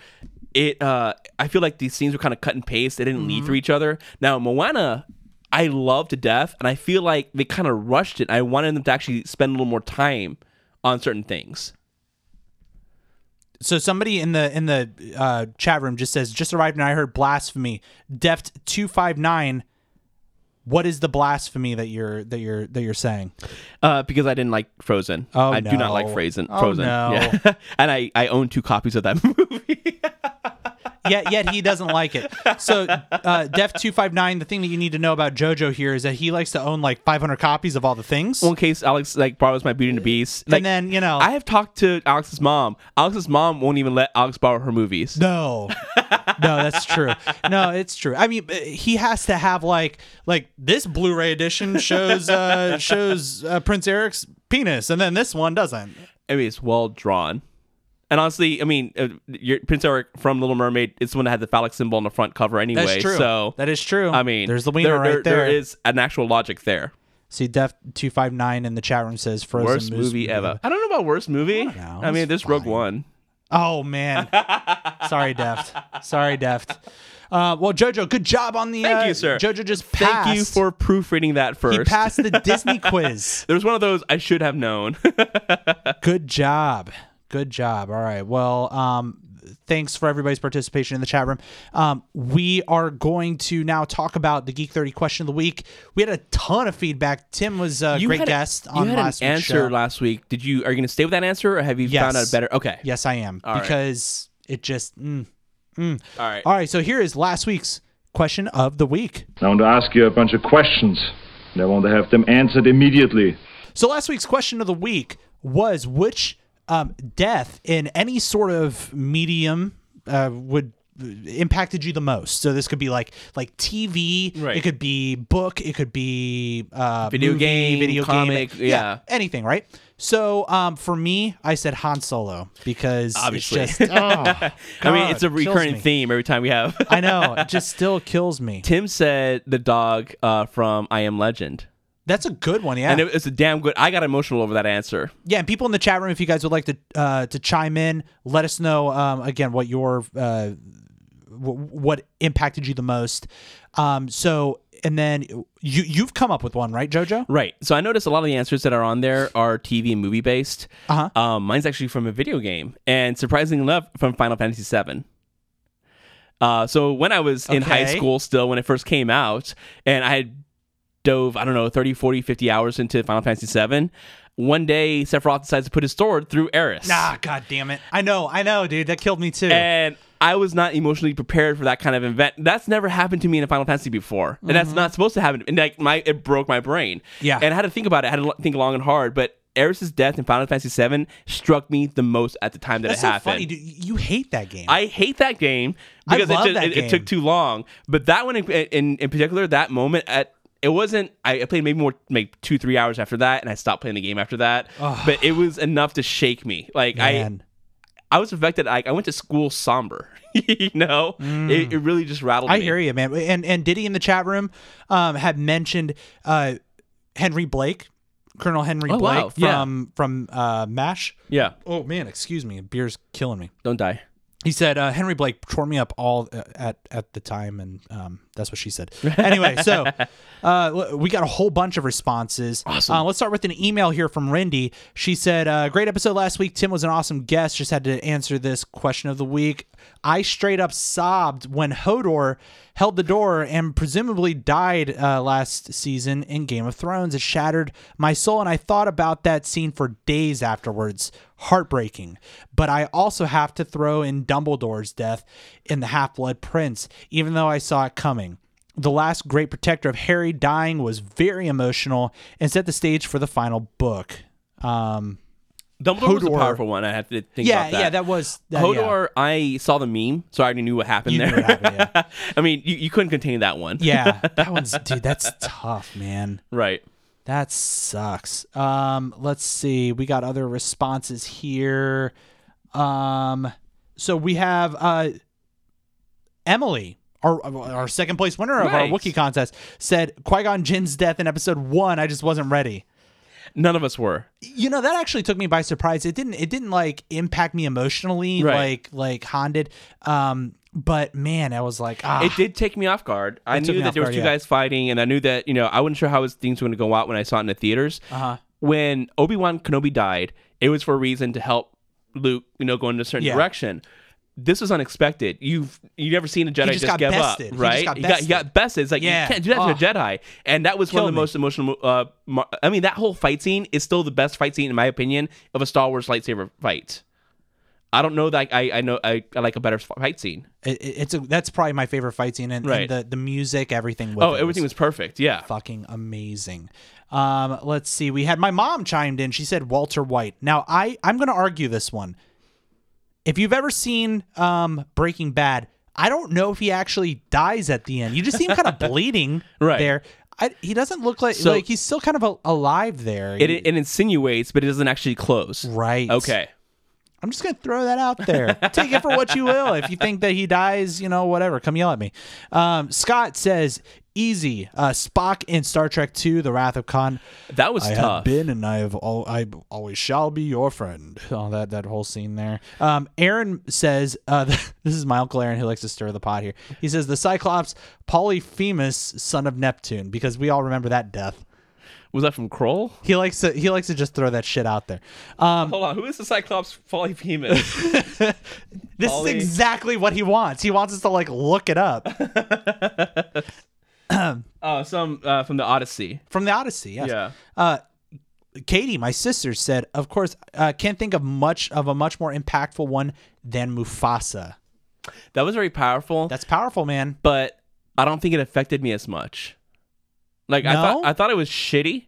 [SPEAKER 2] it uh, I feel like these scenes were kind of cut and paste. They didn't
[SPEAKER 1] Mm-hmm.
[SPEAKER 2] lead through each other. Now Moana, I love to death, and I feel like they kind of rushed it. I wanted them to actually spend a little more time on certain things.
[SPEAKER 1] so somebody in the in the uh, chat room just says, "Just arrived and I heard blasphemy." Deft two five nine. What is the blasphemy that you're that you're that you're saying?
[SPEAKER 2] Uh, because I didn't like Frozen.
[SPEAKER 1] Oh,
[SPEAKER 2] I do not like
[SPEAKER 1] no.
[SPEAKER 2] Frozen.
[SPEAKER 1] Oh,
[SPEAKER 2] Frozen.
[SPEAKER 1] no.
[SPEAKER 2] Yeah. and I, I own two copies of that movie.
[SPEAKER 1] yet yet he doesn't like it. So uh, Def two five nine. The thing that you need to know about JoJo here is that he likes to own like five hundred copies of all the things,
[SPEAKER 2] One case Alex like borrows my Beauty and the Beast. Like,
[SPEAKER 1] and then you know
[SPEAKER 2] I have talked to Alex's mom. Alex's mom won't even let Alex borrow her movies.
[SPEAKER 1] no, no, that's true. No, it's true. I mean, uh, he has to have like like this Blu-ray edition shows uh, shows uh, Prince Eric's penis, and then this one doesn't.
[SPEAKER 2] I mean, it's well drawn. And honestly, I mean, uh, your, Prince Eric from Little Mermaid, it's the one that had the phallic symbol on the front cover anyway.
[SPEAKER 1] That's true.
[SPEAKER 2] So,
[SPEAKER 1] that is true.
[SPEAKER 2] I mean,
[SPEAKER 1] there's the wiener
[SPEAKER 2] there-
[SPEAKER 1] right there.
[SPEAKER 2] There is an actual logic there.
[SPEAKER 1] See, Def two five nine in the chat room says Frozen
[SPEAKER 2] Worst
[SPEAKER 1] Moose
[SPEAKER 2] movie ever. I don't know about worst movie.
[SPEAKER 1] know,
[SPEAKER 2] I mean,
[SPEAKER 1] it's
[SPEAKER 2] there's Rogue One.
[SPEAKER 1] Oh man, sorry, Deft. Sorry, Deft. Uh, well, Jojo, good job on the.
[SPEAKER 2] Thank
[SPEAKER 1] uh,
[SPEAKER 2] you, sir.
[SPEAKER 1] Jojo just
[SPEAKER 2] Thank
[SPEAKER 1] passed.
[SPEAKER 2] you for proofreading that
[SPEAKER 1] He
[SPEAKER 2] first.
[SPEAKER 1] passed the Disney quiz.
[SPEAKER 2] There's one of those I should have known.
[SPEAKER 1] Good job. Good job. All right. Well, um, thanks for everybody's participation in the chat room. Um, we are going to now talk about the Geek Thirty question of the week. We had a ton of feedback. Tim was a great
[SPEAKER 2] had a-
[SPEAKER 1] guest
[SPEAKER 2] you
[SPEAKER 1] on
[SPEAKER 2] had
[SPEAKER 1] last
[SPEAKER 2] an
[SPEAKER 1] week's
[SPEAKER 2] answer
[SPEAKER 1] show.
[SPEAKER 2] last week. Did you are you going to stay with that answer or have you found out
[SPEAKER 1] Yes.
[SPEAKER 2] a better? Okay.
[SPEAKER 1] yes, I am
[SPEAKER 2] right.
[SPEAKER 1] because it just. Mm.
[SPEAKER 2] All right.
[SPEAKER 1] All right. So here is last week's question of the week.
[SPEAKER 3] I want to ask you a bunch of questions, and I want to have them answered immediately.
[SPEAKER 1] So last week's question of the week was which um, death in any sort of medium uh, would impacted you the most. So this could be like like TV,
[SPEAKER 2] Right.
[SPEAKER 1] it could be book, it could be uh,
[SPEAKER 2] Video
[SPEAKER 1] movie,
[SPEAKER 2] game,
[SPEAKER 1] video
[SPEAKER 2] comic,
[SPEAKER 1] game,
[SPEAKER 2] yeah.
[SPEAKER 1] anything, right? So um, for me, I said Han Solo because
[SPEAKER 2] Obviously.
[SPEAKER 1] it's just oh,
[SPEAKER 2] I mean, it's a
[SPEAKER 1] God, kills
[SPEAKER 2] recurring
[SPEAKER 1] me.
[SPEAKER 2] theme every time we have.
[SPEAKER 1] I know, it just still kills me.
[SPEAKER 2] Tim said the dog uh, from I Am Legend.
[SPEAKER 1] That's a good one, yeah.
[SPEAKER 2] And it, it's a damn good. I got emotional over that answer.
[SPEAKER 1] yeah, and people in the chat room, if you guys would like to uh, to chime in, let us know um, again what your uh, w- what impacted you the most. Um, so, and then you you've come up with one, right, Jojo?
[SPEAKER 2] Right. So I noticed a lot of the answers that are on there are TV and movie based.
[SPEAKER 1] Uh-huh.
[SPEAKER 2] Um, mine's actually from a video game, and surprisingly enough, from Final Fantasy VII. Uh, so when I was in high
[SPEAKER 1] Okay.
[SPEAKER 2] school still, when it first came out, and I had dove, I don't know, 30, 40, 50 hours into Final Fantasy VII, one day Sephiroth decides to put his sword through Eris.
[SPEAKER 1] Nah, god damn it! I know, I know, dude. That killed me too.
[SPEAKER 2] and I was not emotionally prepared for that kind of event. That's never happened to me in a Final Fantasy before, and that's not supposed to happen. And like my, it broke my brain.
[SPEAKER 1] Mm-hmm. Yeah.
[SPEAKER 2] and I had to think about it. I had to lo- think long and hard. But Eris's death in Final Fantasy VII struck me the most at the time that
[SPEAKER 1] That's
[SPEAKER 2] it
[SPEAKER 1] so
[SPEAKER 2] happened.
[SPEAKER 1] funny, dude. You hate that game.
[SPEAKER 2] I hate that game
[SPEAKER 1] I
[SPEAKER 2] because
[SPEAKER 1] love
[SPEAKER 2] it, just,
[SPEAKER 1] that
[SPEAKER 2] it, it
[SPEAKER 1] game.
[SPEAKER 2] took too long. But that one in in, in particular, that moment at it wasn't. I I played maybe more, maybe two, three hours after that, and I stopped playing the game after that. But it was enough to shake me. Like I,
[SPEAKER 1] Man.
[SPEAKER 2] I was affected. Like I went to school somber. you know, it, it really just rattled.
[SPEAKER 1] Mm. I
[SPEAKER 2] me.
[SPEAKER 1] hear you, man. And and Diddy in the chat room um, had mentioned uh, Henry Blake, Colonel Henry
[SPEAKER 2] Oh,
[SPEAKER 1] Blake
[SPEAKER 2] wow. Yeah.
[SPEAKER 1] from from uh, Mash.
[SPEAKER 2] Yeah,
[SPEAKER 1] Oh man, excuse me, beer's killing me.
[SPEAKER 2] don't die.
[SPEAKER 1] he said uh, Henry Blake tore me up all uh, at at the time, and um, That's what she said. Anyway, so uh, w- we got a whole bunch of responses. Awesome. Uh, let's start with an email here from Rindy. She said, uh, Great episode last week. Tim was an awesome guest. Just had to answer this question of the week. I straight up sobbed when Hodor held the door and presumably died uh, last season in Game of Thrones. It shattered my soul, and I thought about that scene for days afterwards. Heartbreaking. But I also have to throw in Dumbledore's death in The Half Blood Prince, even though I saw it coming. The last great protector of Harry dying was very emotional and set the stage for the final book. Um,
[SPEAKER 2] Dumbledore was a
[SPEAKER 1] Hodor-
[SPEAKER 2] powerful one. I have to think
[SPEAKER 1] yeah,
[SPEAKER 2] about that.
[SPEAKER 1] yeah, that was that, yeah.
[SPEAKER 2] Hodor, I saw the meme, so I already knew what happened
[SPEAKER 1] You knew
[SPEAKER 2] there.
[SPEAKER 1] what happened,
[SPEAKER 2] I mean, you, you couldn't contain that one.
[SPEAKER 1] Yeah, that one's dude. That's tough, man.
[SPEAKER 2] Right.
[SPEAKER 1] That sucks. Um, let's see. We got other responses here. Um, so we have uh, Emily, our our second place winner of
[SPEAKER 2] Nice.
[SPEAKER 1] our Wookiee contest, said Qui Gon Jinn's death in episode one. I just wasn't ready.
[SPEAKER 2] None of us were.
[SPEAKER 1] You know that actually took me by surprise. It didn't. It didn't like impact me emotionally,
[SPEAKER 2] Right.
[SPEAKER 1] like like Han did. Um, but man, I was like, ah,
[SPEAKER 2] It did take me off guard. I
[SPEAKER 1] took
[SPEAKER 2] knew
[SPEAKER 1] me
[SPEAKER 2] that
[SPEAKER 1] off
[SPEAKER 2] there was
[SPEAKER 1] guard,
[SPEAKER 2] two
[SPEAKER 1] yeah.
[SPEAKER 2] guys fighting, and I knew that you know I wasn't sure how his things were going to go out when I saw it in the theaters.
[SPEAKER 1] Uh-huh.
[SPEAKER 2] When Obi Wan Kenobi died, it was for a reason to help Luke, you know, go in a certain
[SPEAKER 1] Yeah.
[SPEAKER 2] direction. This was unexpected. You've you never seen a Jedi
[SPEAKER 1] just
[SPEAKER 2] just,
[SPEAKER 1] got
[SPEAKER 2] give
[SPEAKER 1] bested. He
[SPEAKER 2] up,
[SPEAKER 1] just
[SPEAKER 2] right?
[SPEAKER 1] got
[SPEAKER 2] he, got, he got bested. It's like
[SPEAKER 1] Yeah.
[SPEAKER 2] you can't do that
[SPEAKER 1] Oh.
[SPEAKER 2] to a Jedi, and that was one
[SPEAKER 1] Killed
[SPEAKER 2] of the
[SPEAKER 1] me.
[SPEAKER 2] most emotional. Uh, mar- I mean, that whole fight scene is still the best fight scene in my opinion of a Star Wars lightsaber fight. I don't know that I I know I, I like a better fight scene.
[SPEAKER 1] it, it- it's a, that's probably my favorite fight scene, and, and
[SPEAKER 2] Right.
[SPEAKER 1] the the music, everything. With
[SPEAKER 2] Oh,
[SPEAKER 1] it
[SPEAKER 2] everything was perfect. Yeah.
[SPEAKER 1] fucking amazing. Um, let's see. We had my mom chimed in. She said Walter White. Now I I'm going to argue this one. If you've ever seen um, Breaking Bad, I don't know if he actually dies at the end. You just see him kind of bleeding
[SPEAKER 2] Right.
[SPEAKER 1] there. I, he doesn't look like
[SPEAKER 2] So-
[SPEAKER 1] like he's still kind of a, alive there.
[SPEAKER 2] It, it insinuates, but it doesn't actually close.
[SPEAKER 1] right.
[SPEAKER 2] Okay.
[SPEAKER 1] I'm just going to throw that out there. Take it for what you will. If you think that he dies, you know, whatever, come yell at me. Um, Scott says, easy. Uh, Spock in Star Trek II, The Wrath of Khan.
[SPEAKER 2] That was
[SPEAKER 1] I have
[SPEAKER 2] tough.
[SPEAKER 1] been and I have all I always shall be your friend. Oh, that that whole scene there. Um, Aaron says, uh, this is my uncle Aaron who likes to stir the pot here. He says the Cyclops Polyphemus, son of Neptune, because we all remember that death.
[SPEAKER 2] Was that from Kroll?
[SPEAKER 1] He likes to he likes to just throw that shit out there. Um,
[SPEAKER 2] Hold on. Who is the Cyclops Polyphemus?
[SPEAKER 1] this
[SPEAKER 2] Poly-
[SPEAKER 1] is exactly what he wants. He wants us to like look it up
[SPEAKER 2] Oh, some uh, from the Odyssey.
[SPEAKER 1] from the Odyssey. Yes.
[SPEAKER 2] Yeah.
[SPEAKER 1] Katie, my sister, said, "Of course, uh, can't think of much of a much more impactful one than Mufasa.
[SPEAKER 2] That was very powerful,
[SPEAKER 1] That's powerful, man."
[SPEAKER 2] but I don't think it affected me as much. Like I
[SPEAKER 1] No?
[SPEAKER 2] thought I thought it was shitty,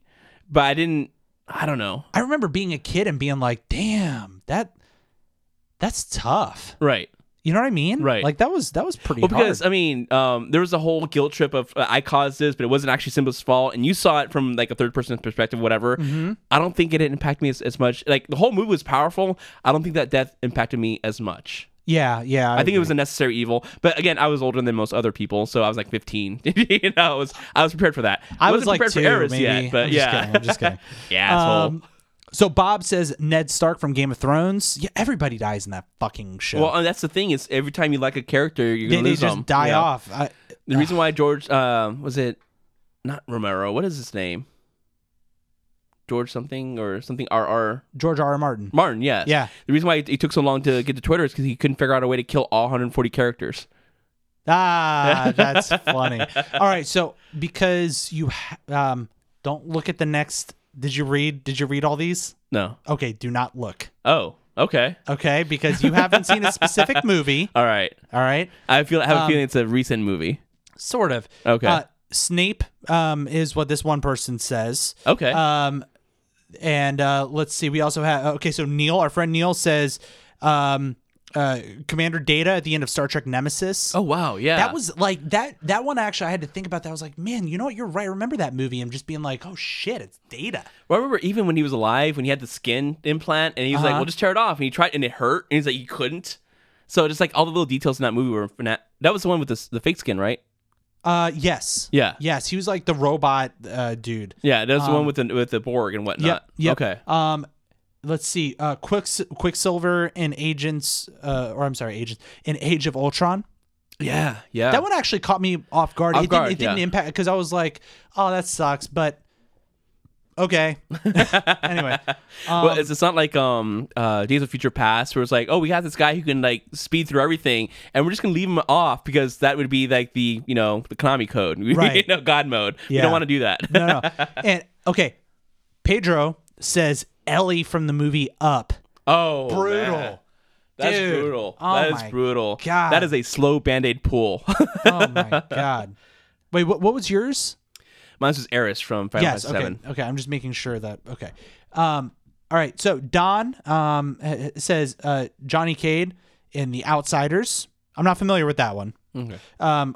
[SPEAKER 2] but I didn't I don't know.
[SPEAKER 1] I remember being a kid and being like, "Damn, that that's tough."
[SPEAKER 2] Right.
[SPEAKER 1] You know what I mean?
[SPEAKER 2] Right.
[SPEAKER 1] Like that was that was pretty
[SPEAKER 2] Well,
[SPEAKER 1] hard.
[SPEAKER 2] because I mean, um, there was a whole guilt trip of uh, I caused this, but it wasn't actually Simba's fault, and you saw it from like a third person perspective, whatever.
[SPEAKER 1] Mm-hmm.
[SPEAKER 2] I don't think it didn't impact me as, as much. Like the whole movie was powerful. I don't think that death impacted me as much.
[SPEAKER 1] yeah, yeah.
[SPEAKER 2] I think it was a necessary evil, but again, I was older than most other people, so I was like 15. you know, I was I was prepared for that.
[SPEAKER 1] I was
[SPEAKER 2] wasn't
[SPEAKER 1] like
[SPEAKER 2] prepared
[SPEAKER 1] two,
[SPEAKER 2] for errors
[SPEAKER 1] maybe.
[SPEAKER 2] yet, but
[SPEAKER 1] I'm
[SPEAKER 2] yeah,
[SPEAKER 1] just kidding. I'm just kidding.
[SPEAKER 2] yeah, asshole.
[SPEAKER 1] Um, so Bob says Ned Stark from Game of Thrones. Yeah, everybody dies in that fucking show.
[SPEAKER 2] well, and that's the thing is every time you like a character, you're
[SPEAKER 1] they,
[SPEAKER 2] gonna
[SPEAKER 1] they
[SPEAKER 2] lose
[SPEAKER 1] just
[SPEAKER 2] them.
[SPEAKER 1] die
[SPEAKER 2] Yeah.
[SPEAKER 1] off. I,
[SPEAKER 2] The reason why George uh, was it not Romero? What is his name? George something or something R R
[SPEAKER 1] George R. R. Martin.
[SPEAKER 2] Martin. Yes.
[SPEAKER 1] Yeah.
[SPEAKER 2] The reason why it, it took so long to get to Twitter is because he couldn't figure out a way to kill all 140 characters.
[SPEAKER 1] Ah, that's funny. All right, so because you ha- um, don't look at the next. Did you read? Did you read all these?
[SPEAKER 2] No.
[SPEAKER 1] Okay, do not look.
[SPEAKER 2] Oh. Okay.
[SPEAKER 1] okay? Because you haven't seen a specific movie,
[SPEAKER 2] All right.
[SPEAKER 1] all right?
[SPEAKER 2] I feel I
[SPEAKER 1] Um,
[SPEAKER 2] have a feeling it's a recent movie.
[SPEAKER 1] Sort of.
[SPEAKER 2] Okay.
[SPEAKER 1] Uh, Snape um, is what this one person says.
[SPEAKER 2] Okay.
[SPEAKER 1] Um, and uh, let's see. We also have okay. So Neil, our friend Neil, says um, uh, Commander Data at the end of Star Trek Nemesis.
[SPEAKER 2] oh wow. Yeah.
[SPEAKER 1] That was like that. That one actually, I had to think about that. I was like, man, you know what? You're right. I remember that movie. I'm just being like, oh shit, it's Data.
[SPEAKER 2] Well, I remember even when he was alive, when he had the skin implant, and he was like,
[SPEAKER 1] Uh-huh.
[SPEAKER 2] "Well, just tear it off," and he tried, and it hurt, and he's like, "You couldn't." So just like all the little details in that movie were from that. That was the one with the, s- the fake skin, right?
[SPEAKER 1] Uh, yes.
[SPEAKER 2] Yeah.
[SPEAKER 1] Yes, he was like the robot uh, dude.
[SPEAKER 2] Yeah, that's the one with the with the Borg and whatnot.
[SPEAKER 1] Um, Yeah.
[SPEAKER 2] Okay.
[SPEAKER 1] Um, let's see. Uh, Quicks- Quicksilver in Agents, uh, or I'm sorry, Agents in Age of Ultron.
[SPEAKER 2] Yeah, yeah.
[SPEAKER 1] That one actually caught me off guard. it
[SPEAKER 2] Off
[SPEAKER 1] didn't,
[SPEAKER 2] guard,
[SPEAKER 1] it didn't
[SPEAKER 2] yeah.
[SPEAKER 1] impact because I was like, "Oh, that sucks," but okay. anyway,
[SPEAKER 2] well, it's, it's not like um uh Days of Future Past where it's like, oh, we got this guy who can like speed through everything, and we're just gonna leave him off because that would be like the you know the Konami code, you
[SPEAKER 1] Right.
[SPEAKER 2] know, God mode. We
[SPEAKER 1] Yeah.
[SPEAKER 2] don't want to do that.
[SPEAKER 1] no, no. And okay, Pedro says Ellie from the movie Up.
[SPEAKER 2] oh,
[SPEAKER 1] Brutal.
[SPEAKER 2] man. That's
[SPEAKER 1] Dude.
[SPEAKER 2] brutal.
[SPEAKER 1] Oh
[SPEAKER 2] that is
[SPEAKER 1] my
[SPEAKER 2] brutal.
[SPEAKER 1] God.
[SPEAKER 2] That is a slow band aid pull.
[SPEAKER 1] Oh my god. Wait, what? What was yours?
[SPEAKER 2] Mine was Eris from Final
[SPEAKER 1] yes.
[SPEAKER 2] Fantasy
[SPEAKER 1] Okay.
[SPEAKER 2] Seven.
[SPEAKER 1] Okay. I'm just making sure that. Okay. Um. All right. So Don um h- says uh Johnny Cade in The Outsiders. I'm not familiar with that one.
[SPEAKER 2] Okay.
[SPEAKER 1] Um,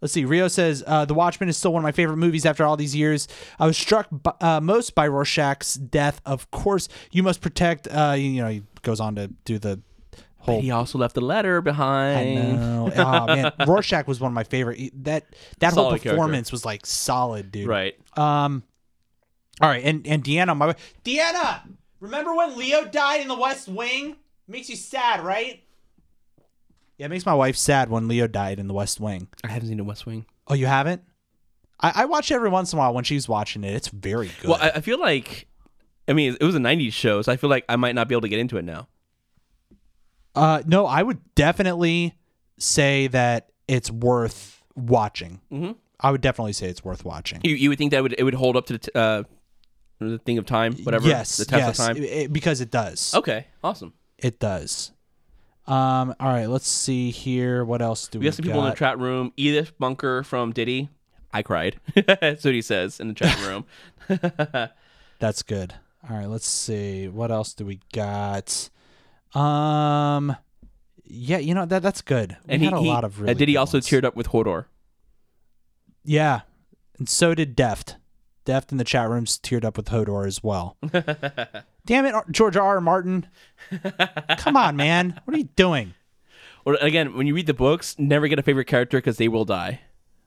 [SPEAKER 1] let's see. Rio says uh, The Watchmen is still one of my favorite movies after all these years. I was struck b- uh, most by Rorschach's death. Of course, you must protect. Uh, you, you know, he goes on to do the whole.
[SPEAKER 2] He also left a letter behind.
[SPEAKER 1] No, oh man, Rorschach was one of my favorite. He- That that whole
[SPEAKER 2] Solid character.
[SPEAKER 1] performance was like solid, dude.
[SPEAKER 2] Right.
[SPEAKER 1] Um. All right, and and Deanna, my Deanna, remember when Leo died in The West Wing? Makes you sad, right? Yeah, it makes my wife sad when Leo died in The West Wing.
[SPEAKER 2] I haven't seen the West Wing.
[SPEAKER 1] Oh, you haven't? I, I watch it every once in a while when she's watching it. It's very good.
[SPEAKER 2] Well, I, I feel like, I mean, it was a '90s show, so I feel like I might not be able to get into it now.
[SPEAKER 1] uh, no, I would definitely say that it's worth watching.
[SPEAKER 2] Mhm.
[SPEAKER 1] I would definitely say it's worth watching.
[SPEAKER 2] You, you would think that would it would hold up to the t- uh, the thing of time, whatever.
[SPEAKER 1] yes,
[SPEAKER 2] the test
[SPEAKER 1] yes,
[SPEAKER 2] of time. Oh.
[SPEAKER 1] it- it- because it does.
[SPEAKER 2] Okay, awesome.
[SPEAKER 1] It does. Um. All right. Let's see here. What else do we,
[SPEAKER 2] We got some people in the
[SPEAKER 1] got?
[SPEAKER 2] chat room. Edith Bunker from Diddy. I cried. That's what he says in the chat room.
[SPEAKER 1] That's good. All right, let's see. What else do we got? Um yeah, you know that that's good. We
[SPEAKER 2] And
[SPEAKER 1] had
[SPEAKER 2] he,
[SPEAKER 1] a
[SPEAKER 2] he-
[SPEAKER 1] lot of really
[SPEAKER 2] uh, Diddy
[SPEAKER 1] good
[SPEAKER 2] also
[SPEAKER 1] ones.
[SPEAKER 2] teared up with Hodor.
[SPEAKER 1] Yeah. And so did Deft. Deft in the chat rooms teared up with Hodor as well. Damn it, Ar- George R. R. Martin. Come on, man. What are you doing?
[SPEAKER 2] Or again, when you read the books, never get a favorite character because they will die.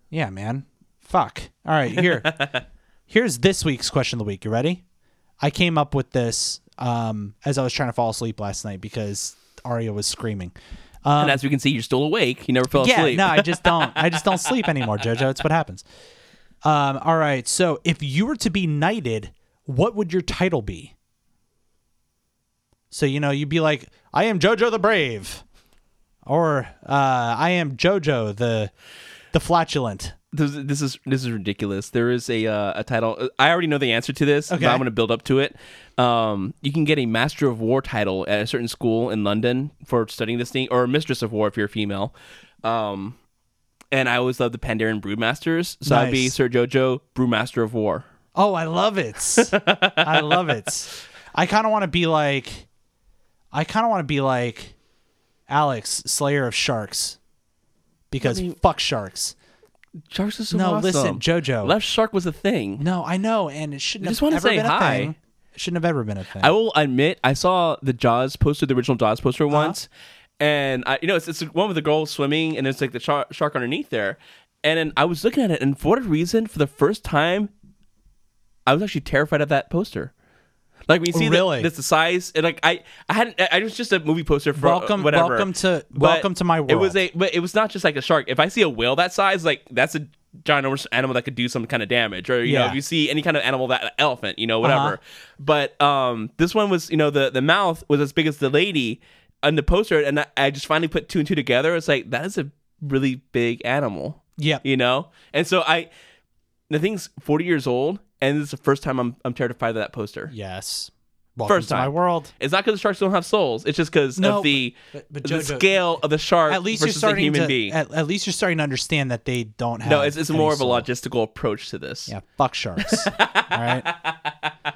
[SPEAKER 1] Yeah, man. Fuck. All right, here. Here's this week's question of the week. You ready? I came up with this um, as I was trying to fall asleep last night because Arya was screaming.
[SPEAKER 2] and as we can see, you're still awake. You never fell
[SPEAKER 1] Um, yeah,
[SPEAKER 2] asleep.
[SPEAKER 1] no, I just don't. I just don't sleep anymore, JoJo. It's what happens. Um, all right. So if you were to be knighted, what would your title be? So you know, you'd be like, I am JoJo the Brave, or uh, I am JoJo the the flatulent.
[SPEAKER 2] this, this is this is ridiculous. There is a uh, a title. I already know the answer to this,
[SPEAKER 1] Okay.
[SPEAKER 2] but I'm going to build up to it. Um, you can get a Master of War title at a certain school in London for studying this thing, or a Mistress of War if you're a female. Um, and I always love the Pandaren Brewmasters, so I'd be
[SPEAKER 1] Nice.
[SPEAKER 2] Sir Jojo Brewmaster of War.
[SPEAKER 1] Oh, I love it. I love it. I kind of want to be like, I kind of want to be like Alex, Slayer of Sharks, because fuck sharks.
[SPEAKER 2] Sharks are so
[SPEAKER 1] No,
[SPEAKER 2] awesome.
[SPEAKER 1] listen, JoJo.
[SPEAKER 2] Left Shark was a thing.
[SPEAKER 1] No, I know, and it shouldn't
[SPEAKER 2] I just
[SPEAKER 1] have
[SPEAKER 2] wanna
[SPEAKER 1] ever
[SPEAKER 2] say
[SPEAKER 1] been a
[SPEAKER 2] hi.
[SPEAKER 1] thing. It shouldn't have ever been a thing.
[SPEAKER 2] I will admit, I saw the Jaws poster, the original Jaws poster
[SPEAKER 1] Uh-huh.
[SPEAKER 2] once, and I, you know, it's, it's the one with the girl swimming, and it's like the shar- shark underneath there. And then I was looking at it, and for whatever reason, for the first time, I was actually terrified of that poster. Like when you see
[SPEAKER 1] Really?
[SPEAKER 2] that, that's the size, and like I, I hadn't, I I was just a movie poster for uh,
[SPEAKER 1] Welcome-
[SPEAKER 2] whatever.
[SPEAKER 1] welcome to-
[SPEAKER 2] But
[SPEAKER 1] welcome to my
[SPEAKER 2] It was
[SPEAKER 1] world.
[SPEAKER 2] a, but it was not just like a shark. If I see a whale that size, like that's a ginormous animal that could do some kind of damage, or you know,
[SPEAKER 1] Yeah. Uh-huh.
[SPEAKER 2] if you see any kind of animal that elephant, you know, whatever. But um, this one was, you know, the the mouth was as big as the lady on the poster, and I, I just finally put two and two together. It's like that is a really big animal,
[SPEAKER 1] yep.
[SPEAKER 2] you know. And so I, the thing's forty years old, and this is the first time I'm I'm terrified of that poster.
[SPEAKER 1] Yes. Welcome
[SPEAKER 2] First
[SPEAKER 1] to my
[SPEAKER 2] time.
[SPEAKER 1] world.
[SPEAKER 2] It's not because the sharks don't have souls. It's just because
[SPEAKER 1] No,
[SPEAKER 2] of the
[SPEAKER 1] but- but
[SPEAKER 2] the
[SPEAKER 1] Jojo-
[SPEAKER 2] scale of the shark
[SPEAKER 1] At least you're
[SPEAKER 2] versus the
[SPEAKER 1] starting
[SPEAKER 2] human
[SPEAKER 1] to.
[SPEAKER 2] being.
[SPEAKER 1] At, at least you're starting to understand that they don't have.
[SPEAKER 2] no, it's, it's
[SPEAKER 1] any
[SPEAKER 2] more of a
[SPEAKER 1] soul.
[SPEAKER 2] logistical approach to this.
[SPEAKER 1] Yeah, fuck sharks. All right.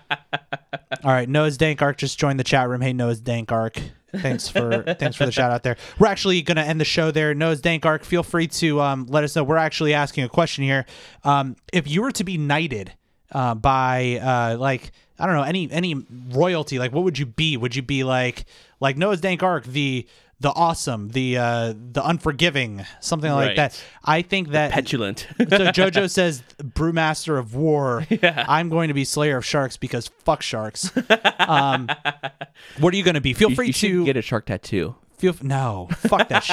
[SPEAKER 1] All right. Noah's Dank Arc just joined the chat room. Hey, Noah's Dank Arc. Thanks for thanks for the shout out there. We're actually gonna end the show there. Noah's Dank Arc, feel free to um, let us know. We're actually asking a question here. Um, if you were to be knighted uh, by uh, like I don't know any any royalty, like what would you be? Would you be like like Noah's Dank Arc, the the awesome, the uh, the unforgiving, something like
[SPEAKER 2] Right.
[SPEAKER 1] that? I think that
[SPEAKER 2] Petulant.
[SPEAKER 1] so JoJo says brewmaster of war. I'm going to be slayer of sharks because fuck sharks. Um, what are you going to be? Feel
[SPEAKER 2] you,
[SPEAKER 1] free
[SPEAKER 2] you should
[SPEAKER 1] to
[SPEAKER 2] get a shark tattoo.
[SPEAKER 1] Feel f- no, fuck that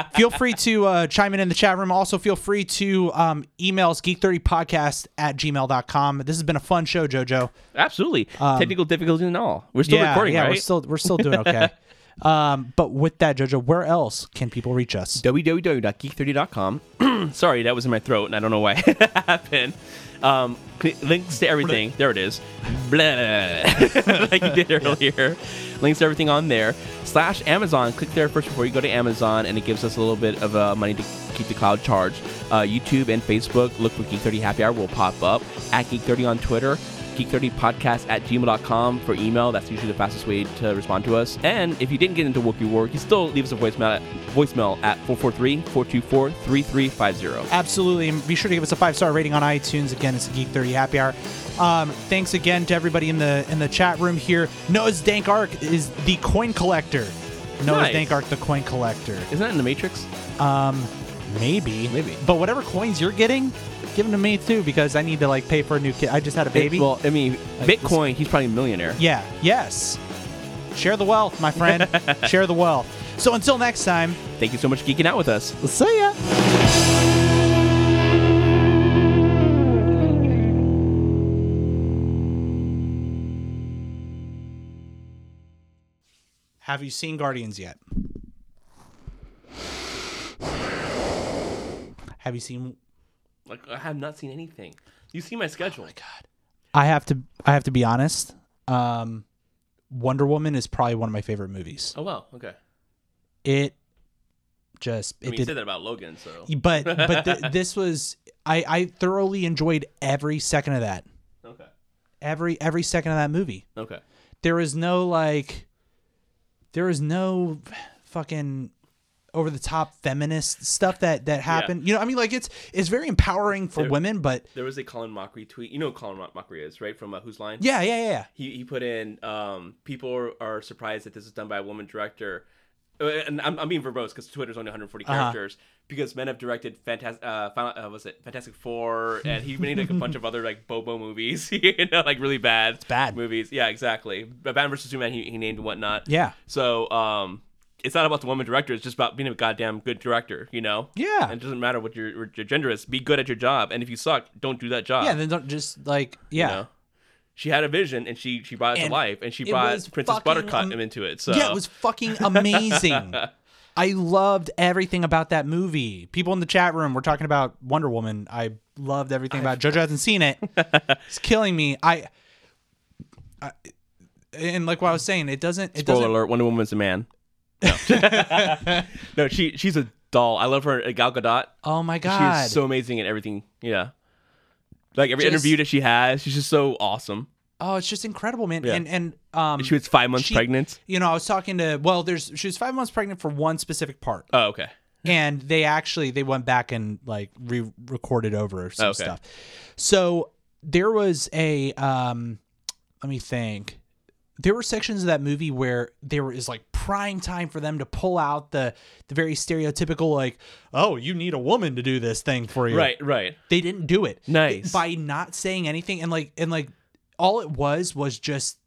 [SPEAKER 1] shit. Feel free to uh, chime in in the chat room. Also, feel free to um, email us geek30podcast at gmail.com. This has been a fun show, JoJo.
[SPEAKER 2] Absolutely. Technical difficulties and all. We're still
[SPEAKER 1] Um, yeah,
[SPEAKER 2] recording,
[SPEAKER 1] yeah,
[SPEAKER 2] right?
[SPEAKER 1] we're still we're still doing okay. um, but with that, JoJo, where else can people reach us?
[SPEAKER 2] www.geek30.com. Sorry, that was in my throat, and I don't know why it happened. Um, cl- links to everything. There it is. Blah. like you did earlier. Links to everything on there. Slash Amazon. Click there first before you go to Amazon, and it gives us a little bit of uh, money to keep the cloud charged. Uh, YouTube and Facebook. Look for Geek30 Happy Hour. Will pop up at Geek30 on Twitter. Geek30podcast at gmail.com for email. That's usually the fastest way to respond to us. And if you didn't get into Wookiee War, you can still leave us a voicemail at, voicemail at 443-424-3350.
[SPEAKER 1] Absolutely. And be sure to give us a five star rating on iTunes. Again, it's the Geek 30 Happy Hour. Um, thanks again to everybody in the in the chat room here. Noah's Dank Arc is the coin collector. Noah's
[SPEAKER 2] Nice.
[SPEAKER 1] Dank Arc, the coin collector.
[SPEAKER 2] Isn't that in the Matrix?
[SPEAKER 1] Maybe.
[SPEAKER 2] Maybe.
[SPEAKER 1] But whatever coins you're getting, give them to me too because I need to like pay for a new kid. I just had a baby.
[SPEAKER 2] It- well, I mean,
[SPEAKER 1] Like this-
[SPEAKER 2] Bitcoin, he's probably a millionaire.
[SPEAKER 1] yeah. Yes. Share the wealth, my friend. Share the wealth. So until next time,
[SPEAKER 2] Thank you so much for geeking out with us.
[SPEAKER 1] see ya. Have you seen Guardians yet? Have you seen
[SPEAKER 2] Like, I have not seen anything. You see my schedule.
[SPEAKER 1] I have to I have to be honest. Um Wonder Woman is probably one of my favorite movies.
[SPEAKER 2] Oh, wow. Okay.
[SPEAKER 1] It just it
[SPEAKER 2] I mean, you
[SPEAKER 1] did
[SPEAKER 2] said that about Logan, so.
[SPEAKER 1] but but th- this was I I thoroughly enjoyed every second of that.
[SPEAKER 2] Okay.
[SPEAKER 1] Every every second of that movie.
[SPEAKER 2] Okay.
[SPEAKER 1] There is no like there is no fucking over the top feminist stuff that that happened. You know, I mean like it's it's very empowering for women, but
[SPEAKER 2] There was a Colin Mockery tweet. You know who Colin Mo- Mockery is, right? From uh, Who's Line?
[SPEAKER 1] yeah, yeah, yeah, yeah.
[SPEAKER 2] he, he put in um, people are, are surprised that this is done by a woman director Uh, and i'm, I'm being verbose because twitter's only 140
[SPEAKER 1] Uh-huh.
[SPEAKER 2] characters because men have directed fantastic uh, Final, uh was it fantastic four and he made like a bunch of other like bobo movies you know like really bad
[SPEAKER 1] bad.
[SPEAKER 2] movies yeah exactly batman versus superman he, he named and whatnot
[SPEAKER 1] Yeah.
[SPEAKER 2] so um it's not about the woman director. It's just about being a goddamn good director, you know.
[SPEAKER 1] Yeah.
[SPEAKER 2] And it doesn't matter what your, what your gender is. Be good at your job, and if you suck, don't do that job
[SPEAKER 1] Yeah, then don't just like
[SPEAKER 2] you
[SPEAKER 1] yeah.
[SPEAKER 2] know? She had a vision and she she brought it
[SPEAKER 1] And
[SPEAKER 2] to life and she
[SPEAKER 1] it was
[SPEAKER 2] brought Princess
[SPEAKER 1] fucking
[SPEAKER 2] Buttercup
[SPEAKER 1] am-
[SPEAKER 2] him into it. So
[SPEAKER 1] Yeah, it was fucking amazing. I loved everything about that movie. People in the chat room were talking about Wonder Woman. I loved everything about it. JoJo hasn't seen it. it's killing me. I, I and like what I was saying, it doesn't it
[SPEAKER 2] spoiler
[SPEAKER 1] doesn't
[SPEAKER 2] alert: Wonder Woman's a man. No, no, she she's a doll. I love her. uh, Gal Gadot.
[SPEAKER 1] Oh my
[SPEAKER 2] She
[SPEAKER 1] god.
[SPEAKER 2] is so amazing at everything. Yeah, like every
[SPEAKER 1] Just-
[SPEAKER 2] interview that she has, she's just so awesome.
[SPEAKER 1] oh, it's just incredible, man.
[SPEAKER 2] Yeah.
[SPEAKER 1] And and um
[SPEAKER 2] She was five months
[SPEAKER 1] she-
[SPEAKER 2] pregnant.
[SPEAKER 1] You know, I was talking to well, there's she was 5 months pregnant for one specific part.
[SPEAKER 2] Oh, okay.
[SPEAKER 1] and they actually they went back and like re-recorded over some
[SPEAKER 2] Okay.
[SPEAKER 1] stuff. So there was a um let me think. There were sections of that movie where there is like prime time for them to pull out the the very stereotypical like, oh, you need a woman to do this thing for you.
[SPEAKER 2] Right, right.
[SPEAKER 1] They didn't do it.
[SPEAKER 2] Nice.
[SPEAKER 1] By not saying anything and like and like all it was was just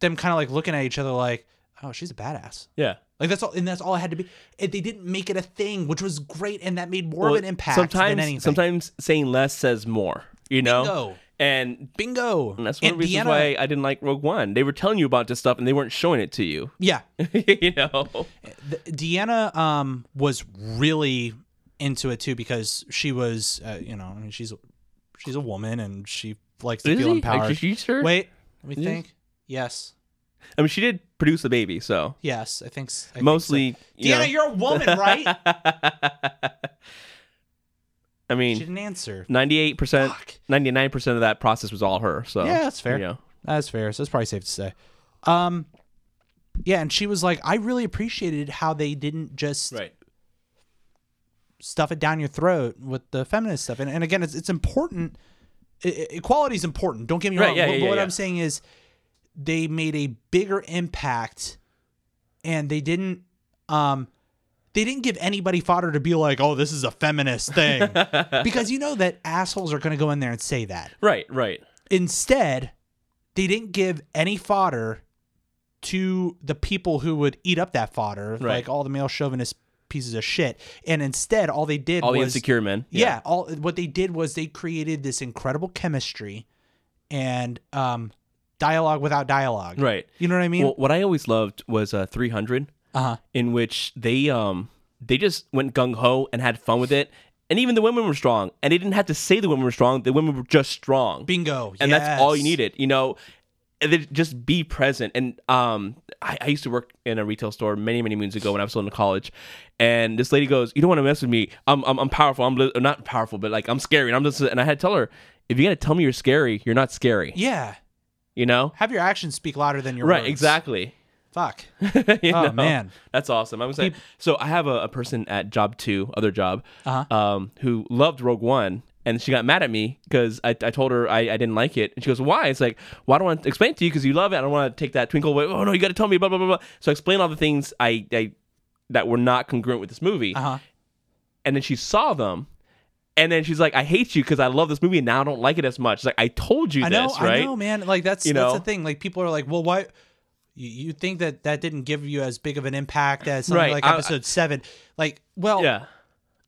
[SPEAKER 1] them kind of like looking at each other like, oh, she's a badass.
[SPEAKER 2] Yeah.
[SPEAKER 1] Like that's all, and that's all it had to be. It, they didn't make it a thing, which was great, and that made more
[SPEAKER 2] Well,
[SPEAKER 1] of an impact
[SPEAKER 2] Sometimes,
[SPEAKER 1] than anything.
[SPEAKER 2] sometimes saying less says more. You know.
[SPEAKER 1] Bingo.
[SPEAKER 2] And
[SPEAKER 1] bingo.
[SPEAKER 2] that's one of the reasons why I didn't like Rogue One. They were telling you about this stuff and they weren't showing it to you.
[SPEAKER 1] Yeah,
[SPEAKER 2] you know.
[SPEAKER 1] the, Deanna um, was really into it too because she was, uh, you know, I mean, she's she's a woman and she likes to
[SPEAKER 2] Is
[SPEAKER 1] feel
[SPEAKER 2] he?
[SPEAKER 1] empowered.
[SPEAKER 2] Like, she- she sure?
[SPEAKER 1] Wait, let me
[SPEAKER 2] Is-
[SPEAKER 1] think. Yes,
[SPEAKER 2] I mean, she did produce the baby, so
[SPEAKER 1] yes, I think s- I think so.
[SPEAKER 2] mostly. you know,
[SPEAKER 1] Deanna, you're a woman, right?
[SPEAKER 2] I
[SPEAKER 1] she
[SPEAKER 2] mean,
[SPEAKER 1] didn't answer.
[SPEAKER 2] ninety-eight percent,
[SPEAKER 1] Fuck.
[SPEAKER 2] ninety-nine percent of that process was all her. So
[SPEAKER 1] Yeah, that's fair.
[SPEAKER 2] You know.
[SPEAKER 1] That's fair. So it's probably safe to say. Um, yeah, and she was like, I really appreciated how they didn't just
[SPEAKER 2] Right.
[SPEAKER 1] stuff it down your throat with the feminist stuff. And, and again, it's, it's important. Equality is important. Don't get me
[SPEAKER 2] Right,
[SPEAKER 1] wrong.
[SPEAKER 2] yeah,
[SPEAKER 1] What-
[SPEAKER 2] yeah, yeah,
[SPEAKER 1] what
[SPEAKER 2] yeah.
[SPEAKER 1] I'm saying is they made a bigger impact and they didn't um they didn't give anybody fodder to be like, "Oh, this is a feminist thing." because you know that assholes are going to go in there and say that
[SPEAKER 2] Right. Right.
[SPEAKER 1] instead, they didn't give any fodder to the people who would eat up that fodder,
[SPEAKER 2] Right.
[SPEAKER 1] like all the male chauvinist pieces of shit. And instead, all they did
[SPEAKER 2] all the
[SPEAKER 1] was
[SPEAKER 2] insecure men.
[SPEAKER 1] yeah. all what they did was they created this incredible chemistry and um dialogue without dialogue.
[SPEAKER 2] Right.
[SPEAKER 1] You know what I mean?
[SPEAKER 2] Well, what I always loved was uh, 300,
[SPEAKER 1] Uh-huh.
[SPEAKER 2] in which they um they just went gung ho and had fun with it, and even the women were strong, and they didn't have to say the women were strong; the women were just strong,
[SPEAKER 1] Bingo.
[SPEAKER 2] and that's all you
[SPEAKER 1] yes.
[SPEAKER 2] needed. You know, And then just be present. And um, I, I used to work in a retail store many many moons ago when I was still in college, and this lady goes, "You don't want to mess with me. I'm I'm, I'm powerful. I'm li- not powerful, but like I'm scary." And I'm just and I had to tell her, "If you're gonna tell me you're scary, you're not scary."
[SPEAKER 1] Yeah.
[SPEAKER 2] You know.
[SPEAKER 1] Have your actions speak louder than your
[SPEAKER 2] Right,
[SPEAKER 1] words.
[SPEAKER 2] exactly.
[SPEAKER 1] Fuck.
[SPEAKER 2] You
[SPEAKER 1] Oh,
[SPEAKER 2] know?
[SPEAKER 1] man.
[SPEAKER 2] that's awesome. I was like, so I have a, a person at job two, other job,
[SPEAKER 1] Uh-huh.
[SPEAKER 2] um, who loved Rogue One, and she got mad at me because I, I told her I, I didn't like it, and she goes, why? It's like, well, I don't want to explain it to you because you love it. I don't want to take that twinkle away. Oh no, you got to tell me. Blah blah blah blah. So I explained all the things I, I that were not congruent with this movie,
[SPEAKER 1] Uh huh.
[SPEAKER 2] and then she saw them. And then she's like, "I hate you because I love this movie, and now I don't like it as much." It's like I told you
[SPEAKER 1] I know.
[SPEAKER 2] this, right?
[SPEAKER 1] I know, man. Like that's
[SPEAKER 2] You
[SPEAKER 1] that's
[SPEAKER 2] know?
[SPEAKER 1] the thing. Like people are like, well, why? You, you think that that didn't give you as big of an impact as something
[SPEAKER 2] Right,
[SPEAKER 1] like
[SPEAKER 2] I-
[SPEAKER 1] Episode Seven? Like, well,
[SPEAKER 2] Yeah,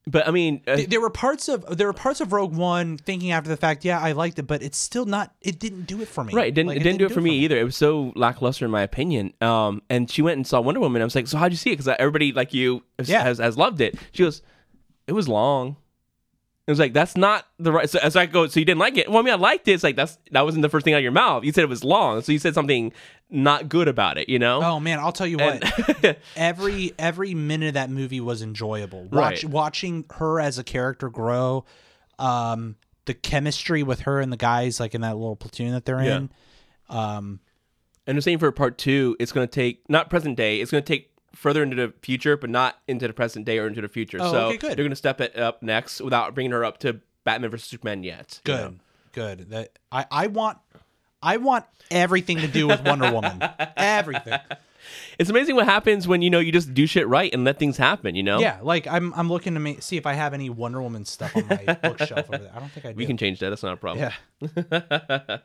[SPEAKER 2] but I mean, uh,
[SPEAKER 1] th- there were parts of there were parts of Rogue One thinking after the fact, yeah, I liked it, but it's still not. It didn't do it for me.
[SPEAKER 2] Right, it didn't,
[SPEAKER 1] Like,
[SPEAKER 2] it didn't do it for me either. It was so lackluster in my opinion. Um, and she went and saw Wonder Woman. I was like, so how'd you see it? Because everybody like you has,
[SPEAKER 1] Yeah.
[SPEAKER 2] has has loved it. She goes, it was long. It was like that's not the right. So as I go, so you didn't like it. Well, I mean, I liked it. It's like that's that wasn't the first thing out of your mouth. You said it was long, so you said something not good about it. You know.
[SPEAKER 1] Oh man, I'll tell you what.
[SPEAKER 2] And-
[SPEAKER 1] every every minute of that movie was enjoyable. Watch,
[SPEAKER 2] Right.
[SPEAKER 1] Watching her as a character grow, um, the chemistry with her and the guys like in that little platoon that they're
[SPEAKER 2] Yeah.
[SPEAKER 1] in. Um,
[SPEAKER 2] And the same for part two. It's going to take not present day. It's going to take further into the future, but not into the present day or into the future.
[SPEAKER 1] Oh,
[SPEAKER 2] so
[SPEAKER 1] okay, good.
[SPEAKER 2] they're going to step it up next without bringing her up to Batman versus Superman yet. you
[SPEAKER 1] good,
[SPEAKER 2] know?
[SPEAKER 1] good. That I I want. I want everything to do with Wonder Woman. Everything.
[SPEAKER 2] It's amazing what happens when you know you just do shit right and let things happen. You know.
[SPEAKER 1] Yeah, like I'm I'm looking to ma- see if I have any Wonder Woman stuff on my bookshelf over there. I don't think I do.
[SPEAKER 2] We can change that. That's not a problem.
[SPEAKER 1] Yeah.